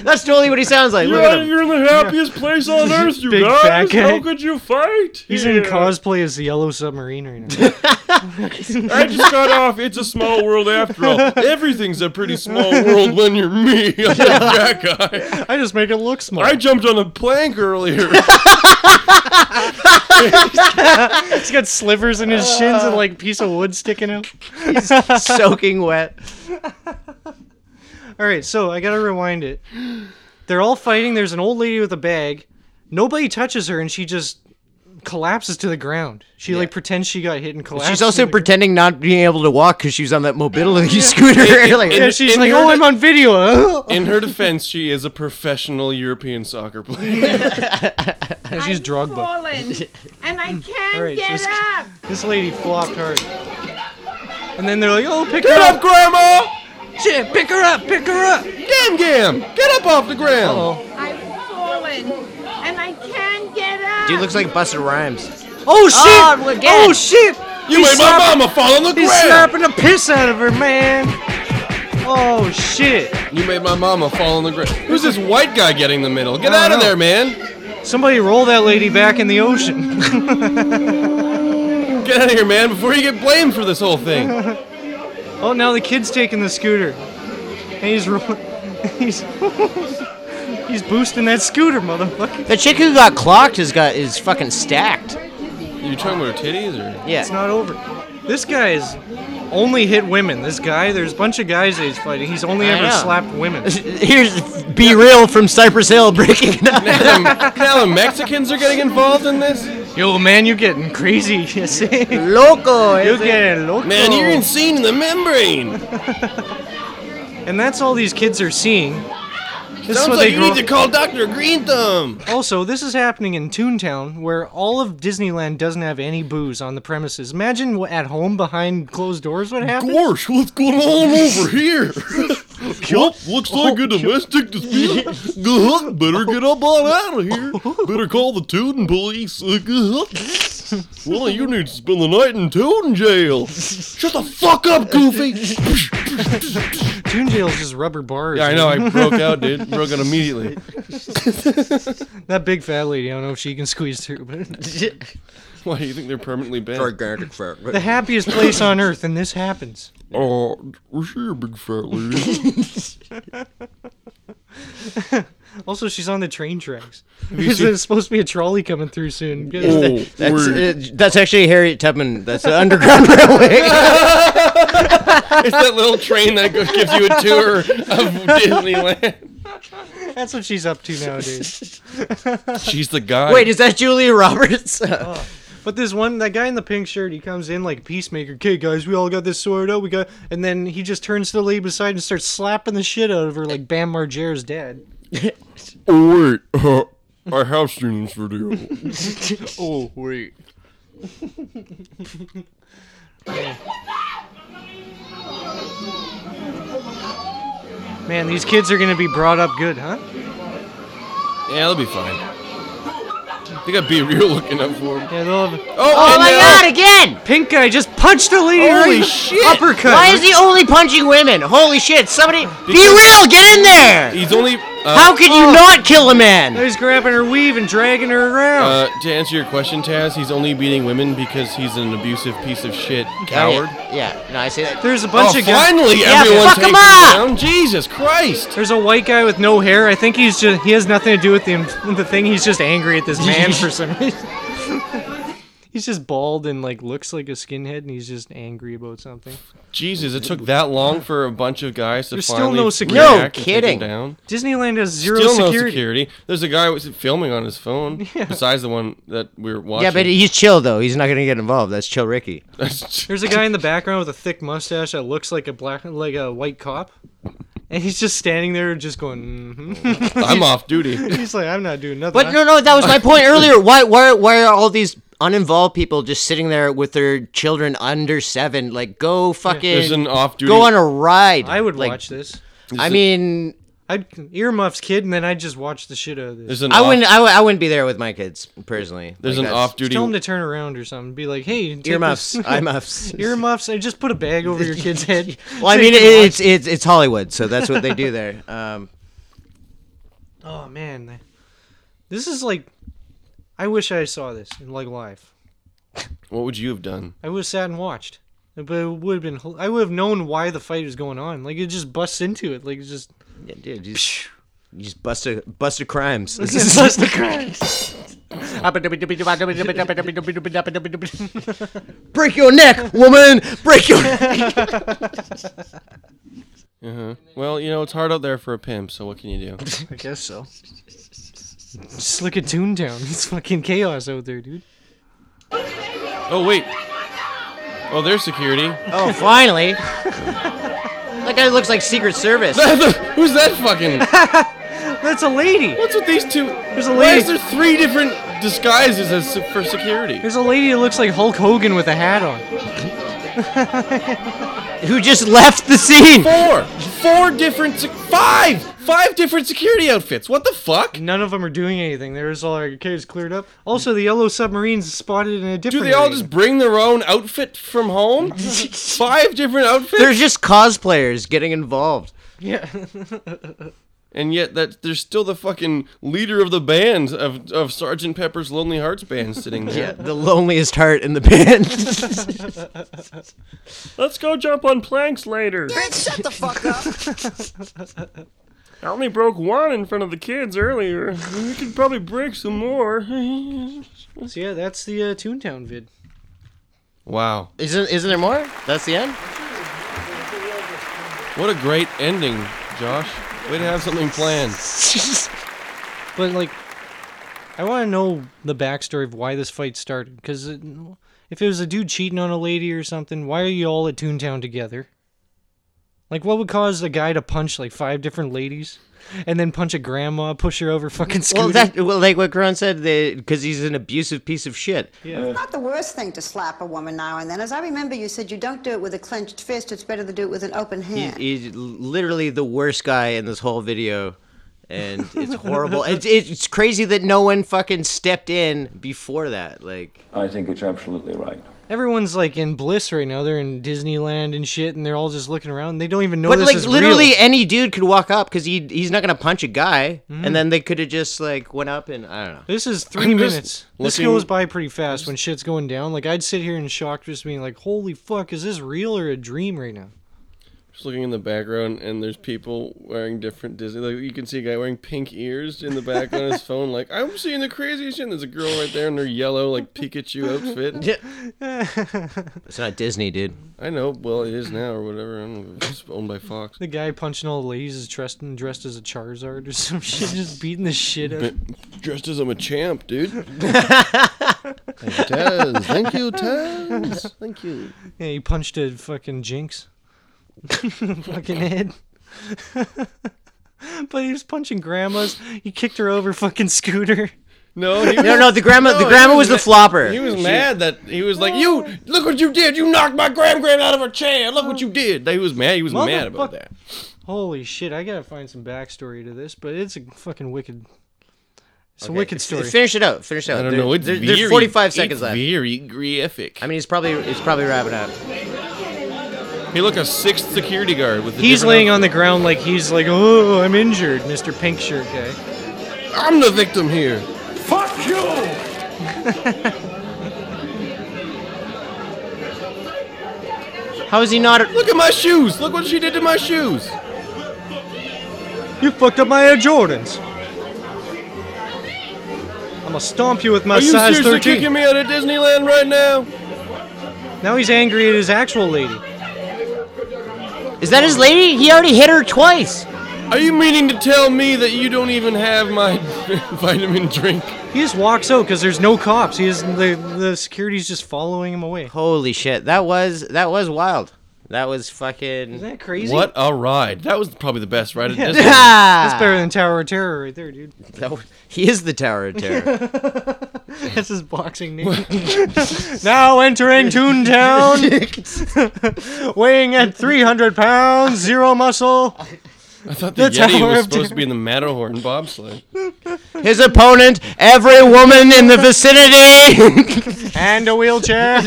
Speaker 5: That's totally what he sounds like. Look at him.
Speaker 3: in the happiest place on earth, you
Speaker 4: Big guys. fat guy. How
Speaker 3: could you fight?
Speaker 4: He's in cosplay as the Yellow Submarine right now.
Speaker 3: I just got off. It's a small world after all. Everything's a pretty small world when you're me. I'm that guy.
Speaker 4: I just make it look small.
Speaker 3: I jumped on a plank earlier.
Speaker 4: He's got slivers in his shins and like piece of wood sticking out.
Speaker 5: He's soaking wet.
Speaker 4: All right, so I gotta rewind it. They're all fighting. There's an old lady with a bag. Nobody touches her, and she just collapses to the ground. She like pretends she got hit and collapses.
Speaker 5: She's also
Speaker 4: to the-
Speaker 5: pretending not being able to walk because she was on that mobility scooter. earlier.
Speaker 4: yeah, she's like, oh, I'm on video. huh?"
Speaker 3: In her defense, she is a professional European soccer player.
Speaker 4: And she's drug booked.
Speaker 6: Fallen, and I can't
Speaker 4: All right,
Speaker 6: get
Speaker 4: she's-
Speaker 6: up.
Speaker 4: This lady flopped hard. And then they're like, oh, pick
Speaker 3: Get
Speaker 4: her
Speaker 3: up,
Speaker 4: up.
Speaker 3: Grandma!
Speaker 4: Shit, pick her up, pick her up.
Speaker 3: Gam Gam! Get up off the ground!
Speaker 4: Uh-oh.
Speaker 6: I've fallen, and I can't get up.
Speaker 5: Dude looks like Buster Rhymes.
Speaker 4: Oh shit!
Speaker 6: Oh, look
Speaker 5: at-
Speaker 4: oh shit!
Speaker 3: You
Speaker 4: He's
Speaker 3: made my
Speaker 4: slapping-
Speaker 3: mama fall on the
Speaker 4: He's
Speaker 3: ground.
Speaker 4: slapping the piss out of her, man. Oh shit!
Speaker 3: You made my mama fall on the ground. Who's this white guy getting in the middle? Get
Speaker 4: I
Speaker 3: out of
Speaker 4: don't
Speaker 3: there, man!
Speaker 4: Somebody roll that lady back in the ocean.
Speaker 3: Get out of here, man, before you get blamed for this whole thing.
Speaker 4: oh, now the kid's taking the scooter, and he's ro- he's he's boosting that scooter, motherfucker.
Speaker 5: The chick who got clocked has got is fucking stacked.
Speaker 3: You talking about her titties or?
Speaker 5: Yeah.
Speaker 4: It's not over. This guy is only hit women. This guy, there's a bunch of guys that he's fighting. He's only
Speaker 5: I
Speaker 4: ever
Speaker 5: know.
Speaker 4: slapped women.
Speaker 5: Here's Be Real from Cypress Hill breaking it up.
Speaker 3: Now the Mexicans are getting involved in this?
Speaker 4: Yo, man, you're getting crazy. you see?
Speaker 5: Loco,
Speaker 4: You're
Speaker 5: is it?
Speaker 4: getting loco.
Speaker 3: Man, you're insane in the membrane!
Speaker 4: And that's all these kids are seeing. This is
Speaker 3: Sounds
Speaker 4: what
Speaker 3: like
Speaker 4: they
Speaker 3: you
Speaker 4: grow-
Speaker 3: need to call Dr. Green Thumb!
Speaker 4: Also, this is happening in Toontown, where all of Disneyland doesn't have any booze on the premises. Imagine what, at home behind closed doors what happens.
Speaker 3: Gorsh, what's going on over here? Well, looks like a domestic dispute. Gah, Better get up on out of here. Better call the Tootin police. Uh, gah. Well, you need to spend the night in Tootin jail. Shut the fuck up, Goofy.
Speaker 4: Coon jail's just rubber bars.
Speaker 3: Yeah, I
Speaker 4: dude.
Speaker 3: know, I broke out, dude. Broke out immediately.
Speaker 4: that big fat lady. I don't know if she can squeeze through, but
Speaker 3: Why do you think they're permanently banned?
Speaker 5: Gigantic fat.
Speaker 4: the happiest place on earth, and this happens.
Speaker 3: Oh, was she a big fat lady?
Speaker 4: Also, she's on the train tracks.
Speaker 5: you
Speaker 4: There's
Speaker 5: seen-
Speaker 4: supposed to be a trolley coming through soon. Get
Speaker 5: Is
Speaker 4: it.
Speaker 5: that- that's, uh, that's actually Harriet Tubman. That's the Underground Railway.
Speaker 3: it's that little train that go- gives you a tour of Disneyland.
Speaker 4: That's what she's up to nowadays.
Speaker 3: She's the guy.
Speaker 5: Wait, is that Julia Roberts?
Speaker 4: Oh. But this one, that guy in the pink shirt, he comes in like peacemaker. Okay, guys, we all got this sorted out. We got, and then he just turns to the lady beside and starts slapping the shit out of her like Bam Margera's dad.
Speaker 3: Oh wait, uh, I have seen this video.
Speaker 4: oh wait. Man, these kids are gonna be brought up good, huh?
Speaker 3: Yeah, that'll be fine. They got be real looking up for him.
Speaker 4: Yeah, they'll have.
Speaker 3: Oh, Oh and my they'll- God,
Speaker 5: again!
Speaker 4: Pink guy just punched the lady. right in the Uppercut.
Speaker 5: Why is he only punching women? Holy shit! Somebody, be
Speaker 4: Because-
Speaker 5: real. Get in there.
Speaker 3: He's only. Uh,
Speaker 5: How could you not kill a man?
Speaker 4: He's grabbing her weave and dragging her around.
Speaker 3: Uh, to answer your question, Taz, he's only beating women because he's an abusive piece of shit coward.
Speaker 5: Oh, Yeah, no, I see that.
Speaker 4: There's a bunch
Speaker 3: Oh,
Speaker 4: of guys.
Speaker 3: finally Yeah, everyone fuck 'em takes him up! down. Jesus Christ!
Speaker 4: There's a white guy with no hair. I think he's just—he has nothing to do with the the thing. He's just angry at this man for some reason. he's just bald and like looks like a skinhead, and he's just angry about something.
Speaker 3: Jesus, it took that long for a bunch of guys to
Speaker 4: There's still
Speaker 3: finally
Speaker 4: no security.
Speaker 3: react and take him down.
Speaker 4: Disneyland has zero
Speaker 3: Still
Speaker 4: security.
Speaker 3: no security. There's a guy who was filming on his phone. Besides the one that we were watching.
Speaker 5: Yeah, but he's chill though. He's not gonna get involved. That's chill, Ricky.
Speaker 4: There's a guy in the background with a thick mustache that looks like a black, like a white cop, and he's just standing there, just going. Mm-hmm.
Speaker 3: I'm off duty.
Speaker 4: He's like, I'm not doing nothing.
Speaker 5: But no, no, that was my point earlier. Why, why, why are all these uninvolved people just sitting there with their children under seven? Like, go fucking.
Speaker 3: There's an off-duty-
Speaker 5: Go on a ride.
Speaker 4: I would
Speaker 5: Like,
Speaker 4: watch this.
Speaker 5: I mean,
Speaker 4: I'd earmuffs kid, and then I'd just watch the shit out of this.
Speaker 5: I wouldn't. I, would- I wouldn't be there with my kids personally.
Speaker 3: There's
Speaker 5: Like,
Speaker 3: an
Speaker 5: that's-
Speaker 3: off-duty.
Speaker 4: Tell him to turn around or something. Be like, hey, take
Speaker 5: Earmuffs.
Speaker 4: this-
Speaker 5: Eyemuffs.
Speaker 4: earmuffs. I just put a bag over your kid's head.
Speaker 5: Well, I
Speaker 4: so
Speaker 5: mean,
Speaker 4: you can
Speaker 5: it's
Speaker 4: watch.
Speaker 5: it's it's Hollywood, so that's what they do there. Um,
Speaker 4: Oh man, this is like. I wish I saw this in like live.
Speaker 3: What would you have done?
Speaker 4: I would have sat and watched, but it would have been. I would have known why the fight was going on. Like it just busts into it. Like it's just.
Speaker 5: yeah, dude, you just, you just busted busted crimes.
Speaker 4: Bust the crimes.
Speaker 5: Break your neck, woman. Break your.
Speaker 3: Uh-huh. Well, you know, it's hard out there for a pimp, so what can you do?
Speaker 4: I guess so. Just look at Toontown. It's fucking chaos out there, dude.
Speaker 3: Oh, wait. Oh, there's security.
Speaker 5: Oh, finally. that guy looks like Secret Service.
Speaker 3: Who's that fucking?
Speaker 4: That's a lady.
Speaker 3: What's with these two?
Speaker 4: There's a
Speaker 3: Why
Speaker 4: lady.
Speaker 3: is there three different disguises as for security?
Speaker 4: There's a lady that looks like Hulk Hogan with a hat on.
Speaker 5: Who just left the scene?
Speaker 3: Four, four different, sec- five, five different security outfits. What the fuck?
Speaker 4: None of them are doing anything. They're just all like, okay, it's cleared up. Also, the yellow submarine's spotted in a
Speaker 3: Do
Speaker 4: different.
Speaker 3: they all
Speaker 4: area.
Speaker 3: just bring their own outfit from home? five different outfits.
Speaker 5: There's just cosplayers getting involved.
Speaker 4: Yeah.
Speaker 3: And yet, that there's still the fucking leader of the band of of Sergeant Pepper's Lonely Hearts Band sitting
Speaker 5: Yeah,
Speaker 3: there.
Speaker 5: the loneliest heart in the band.
Speaker 1: Let's go jump on planks later.
Speaker 6: Bitch, shut the fuck
Speaker 1: up. I only broke one in front of the kids earlier. We could probably break some more.
Speaker 4: So yeah, that's the uh, Toontown vid.
Speaker 3: Wow,
Speaker 5: isn't isn't there more? That's the end.
Speaker 3: what a great ending, Josh. Way to have something planned.
Speaker 4: But like, I want to know the backstory of why this fight started. Because if it was a dude cheating on a lady or something, why are you all at Toontown together? Like, what would cause a guy to punch like five different ladies, and then punch a grandma, push her over fucking scooter?
Speaker 5: Well, that well, like what Gron said, because he's an abusive piece of shit.
Speaker 4: Yeah.
Speaker 18: Not the worst thing to slap a woman now and then. As I remember, you said you don't do it with a clenched fist. It's better to do it with an open hand.
Speaker 5: He's, he's literally the worst guy in this whole video, and it's horrible. it's it's crazy that no one fucking stepped in before that. Like
Speaker 19: I think it's absolutely right.
Speaker 4: Everyone's like in bliss right now. They're in Disneyland and shit, and they're all just looking around. They don't even know.
Speaker 5: but
Speaker 4: this
Speaker 5: like
Speaker 4: is
Speaker 5: literally
Speaker 4: real.
Speaker 5: any dude could walk up because he he's not gonna punch a guy,
Speaker 4: Mhm.
Speaker 3: Mm.
Speaker 5: and then they could have just like went up and I don't know.
Speaker 4: This is 3 minutes. This goes by pretty fast when shit's going down. Like I'd sit here in shock, just being like, "Holy fuck, is this real or a dream right now?"
Speaker 3: Just looking in the background, and there's people wearing different Disney. Like you can see a guy wearing pink ears in the back on his phone. Like I'm seeing the craziest shit. And there's a girl right there in her yellow like Pikachu outfit.
Speaker 5: It's not Disney, dude.
Speaker 3: I know. Well, it is now or whatever. I don't know. It's owned by Fox.
Speaker 4: The guy punching all the ladies is dressed, dressed as a Charizard or some shit, just beating the shit out.
Speaker 3: But dressed as I'm a champ, dude. Thank you, Taz. Thank you, Taz. Thank you.
Speaker 4: Yeah, he punched a fucking Jinx. fucking head. but he was punching grandmas. He kicked her over fucking scooter.
Speaker 3: No,
Speaker 5: he No, was- no, the grandma- the no, he grandma was was the ma- flopper.
Speaker 3: He was mad that he was like, "You look what you did! You knocked my grand grand out of her chair! Look what you did!" He was mad. He was mad about
Speaker 4: Motherfuck-
Speaker 3: that.
Speaker 4: Holy shit, I gotta find some backstory to this, but it's a fucking wicked. It's a
Speaker 5: Okay,
Speaker 4: wicked
Speaker 5: f-
Speaker 4: story.
Speaker 5: Finish it out. Finish it out.
Speaker 3: I don't
Speaker 5: There-
Speaker 3: know. It's
Speaker 5: there-
Speaker 3: very,
Speaker 5: there's 45 seconds
Speaker 3: it's
Speaker 5: left.
Speaker 3: Very graphic.
Speaker 5: I mean, he's probably he's probably wrapping up.
Speaker 3: He looked a sixth security guard with. A
Speaker 4: He's
Speaker 3: different
Speaker 4: laying on the ground like he's like, oh, I'm injured, Mr. Pink Shirt guy.
Speaker 3: I'm the victim here.
Speaker 13: Fuck you!
Speaker 5: How is he not?
Speaker 3: Look at my shoes. Look what she did to my shoes.
Speaker 4: You fucked up my Air Jordans. I'm gonna stomp you with my
Speaker 3: Are you
Speaker 4: size
Speaker 3: seriously
Speaker 4: 13.
Speaker 3: kicking me out of Disneyland right now?
Speaker 4: Now he's angry at his actual lady.
Speaker 5: Is that his lady? He already hit her twice.
Speaker 3: Are you meaning to tell me that you don't even have my vitamin drink?
Speaker 4: He just walks out because there's no cops. He is the the security's just following him away.
Speaker 5: Holy shit, that was that was wild. That was fucking. Isn't
Speaker 4: that crazy?
Speaker 3: What a ride! That was probably the best ride at
Speaker 4: Yeah,
Speaker 3: Disney.
Speaker 4: that's better than Tower of Terror right there, dude.
Speaker 5: That was- he is the Tower of Terror.
Speaker 4: that's his boxing name. now entering Toontown, weighing at 300 pounds, zero muscle.
Speaker 3: I thought the, Yeti was supposed to be in the Matterhorn bobsled.
Speaker 5: His opponent, every woman in the vicinity.
Speaker 4: and a wheelchair.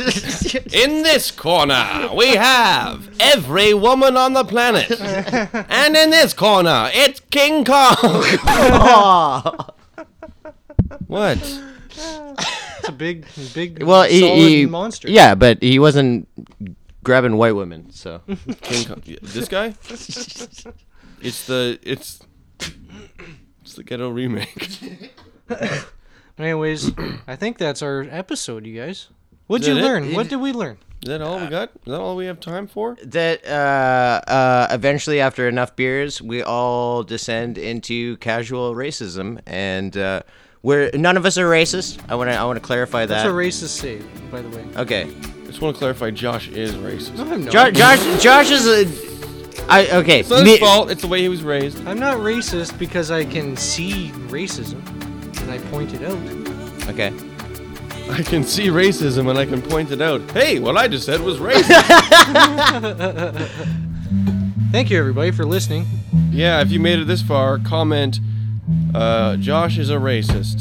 Speaker 3: In this corner, we have every woman on the planet. And in this corner, it's King Kong. what?
Speaker 4: It's a big, big,
Speaker 5: well, he,
Speaker 4: solid
Speaker 5: he-
Speaker 4: monster.
Speaker 5: Yeah, but he wasn't grabbing white women. So
Speaker 3: King Kong. yeah, This guy? It's the it's it's the ghetto remake.
Speaker 4: Anyways, I think that's our episode, you guys. What'd
Speaker 3: Is
Speaker 4: you
Speaker 3: that it?
Speaker 4: learn?
Speaker 3: It-
Speaker 4: What did we learn?
Speaker 3: Is that all we got? Is that all we have time for?
Speaker 5: that uh, uh, eventually, after enough beers, we all descend into casual racism, and uh, we're none of us are racist. I want to I want to clarify
Speaker 3: Uh,
Speaker 5: that.
Speaker 4: That's a racist save, by the way.
Speaker 5: okay.
Speaker 3: Just want to clarify Josh is racist.
Speaker 4: No, I'm not.
Speaker 5: Josh, Josh, Josh is a. I okay.
Speaker 3: It's not
Speaker 5: me-
Speaker 3: his fault, it's the way he was raised.
Speaker 4: I'm not racist because I can see racism, and I point it out.
Speaker 5: Okay.
Speaker 3: I can see racism and I can point it out. Hey, what I just said was racist.
Speaker 4: Thank you, everybody, for listening.
Speaker 3: yeah, if you made it this far, comment uh, Josh is a racist.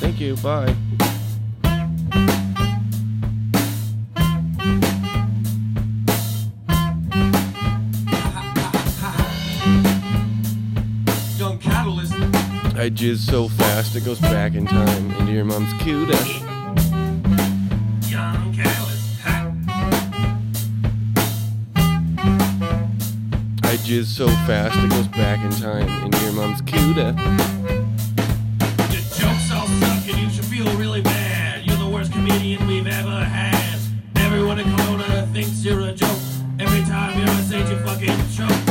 Speaker 3: Thank you. Bye.
Speaker 13: Young catalyst.
Speaker 3: I jizz so fast it goes back in time into your mom's cuda.
Speaker 13: Young catalyst.
Speaker 3: I jizz so fast it goes back in time into your mom's cuda.
Speaker 13: Your jokes all suck and you should feel really bad. You're the worst comedian we've ever had. Everyone in Kelowna thinks you're a joke. Every time you're on stage, you fucking choke.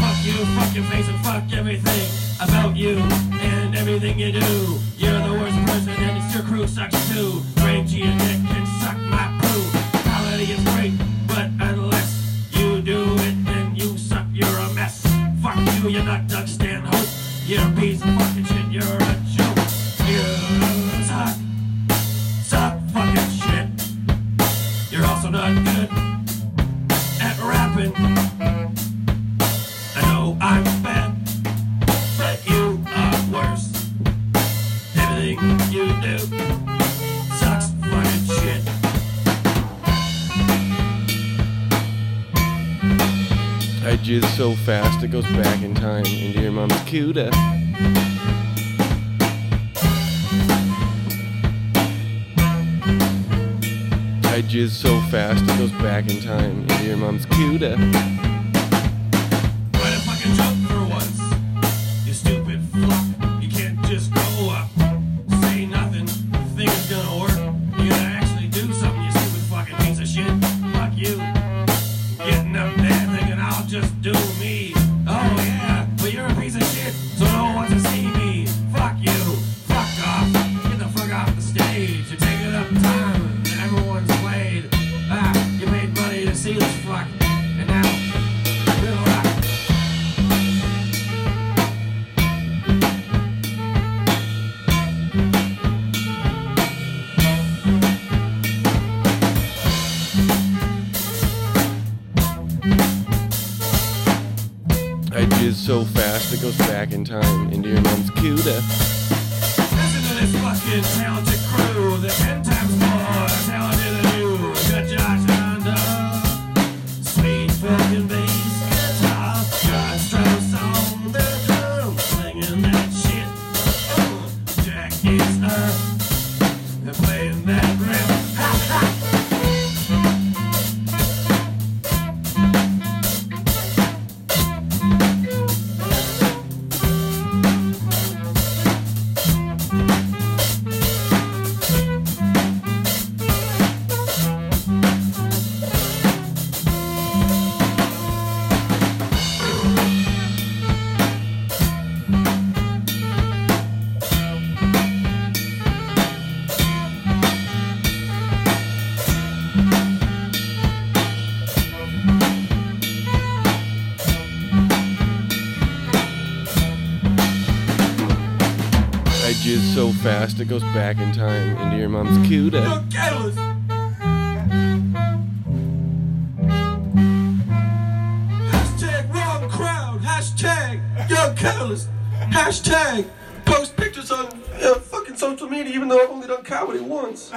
Speaker 13: Fuck you, fuck your face, and fuck everything about you and everything you do. You're the worst person and it's your crew sucks too. Brain G and Nick can suck my poo. Comedy is great, but unless you do it, then you suck. You're a mess. Fuck you, you're not Doug Stanhope. You're a piece of fucking shit. You're a joke. You suck. Suck fucking shit. You're also not good at rapping. I know I'm bad, but you are worse. Everything you do sucks fucking shit.
Speaker 3: jizz so fast it goes back in time into your mom's cuda. I jizz so fast it goes back in time into your mom's cuda.
Speaker 13: Quit a fucking joke for once. You stupid flop. You can't just go up. Say nothing. Think it's gonna work. You gotta actually do something, you stupid fucking piece of shit. Fuck you. Getting up there thinking I'll just do me. Oh yeah, but you're a piece of shit, so no one wants to see me. Fuck you. Fuck off. Get the fuck off the stage. You're taking up time and everyone's played. Ah, you paid money to see this fuck. And now, real rock.
Speaker 3: I jizz so fast it goes back in time into your mom's cuda.
Speaker 13: Listen to this fucking talented crew. They're ten times more talented than you. Good Josh Honda, sweet fucking bass guitar. John Strauss on the drum, singing that shit. Oh, Jack is they're playing that riff. Ha ha.
Speaker 3: I jizz so fast it goes back in time into your mom's cuda.
Speaker 13: Catalyst.
Speaker 19: Hashtag wrong crowd. Hashtag young catalyst. Hashtag post pictures on uh, fucking social media, even though I've only done comedy once.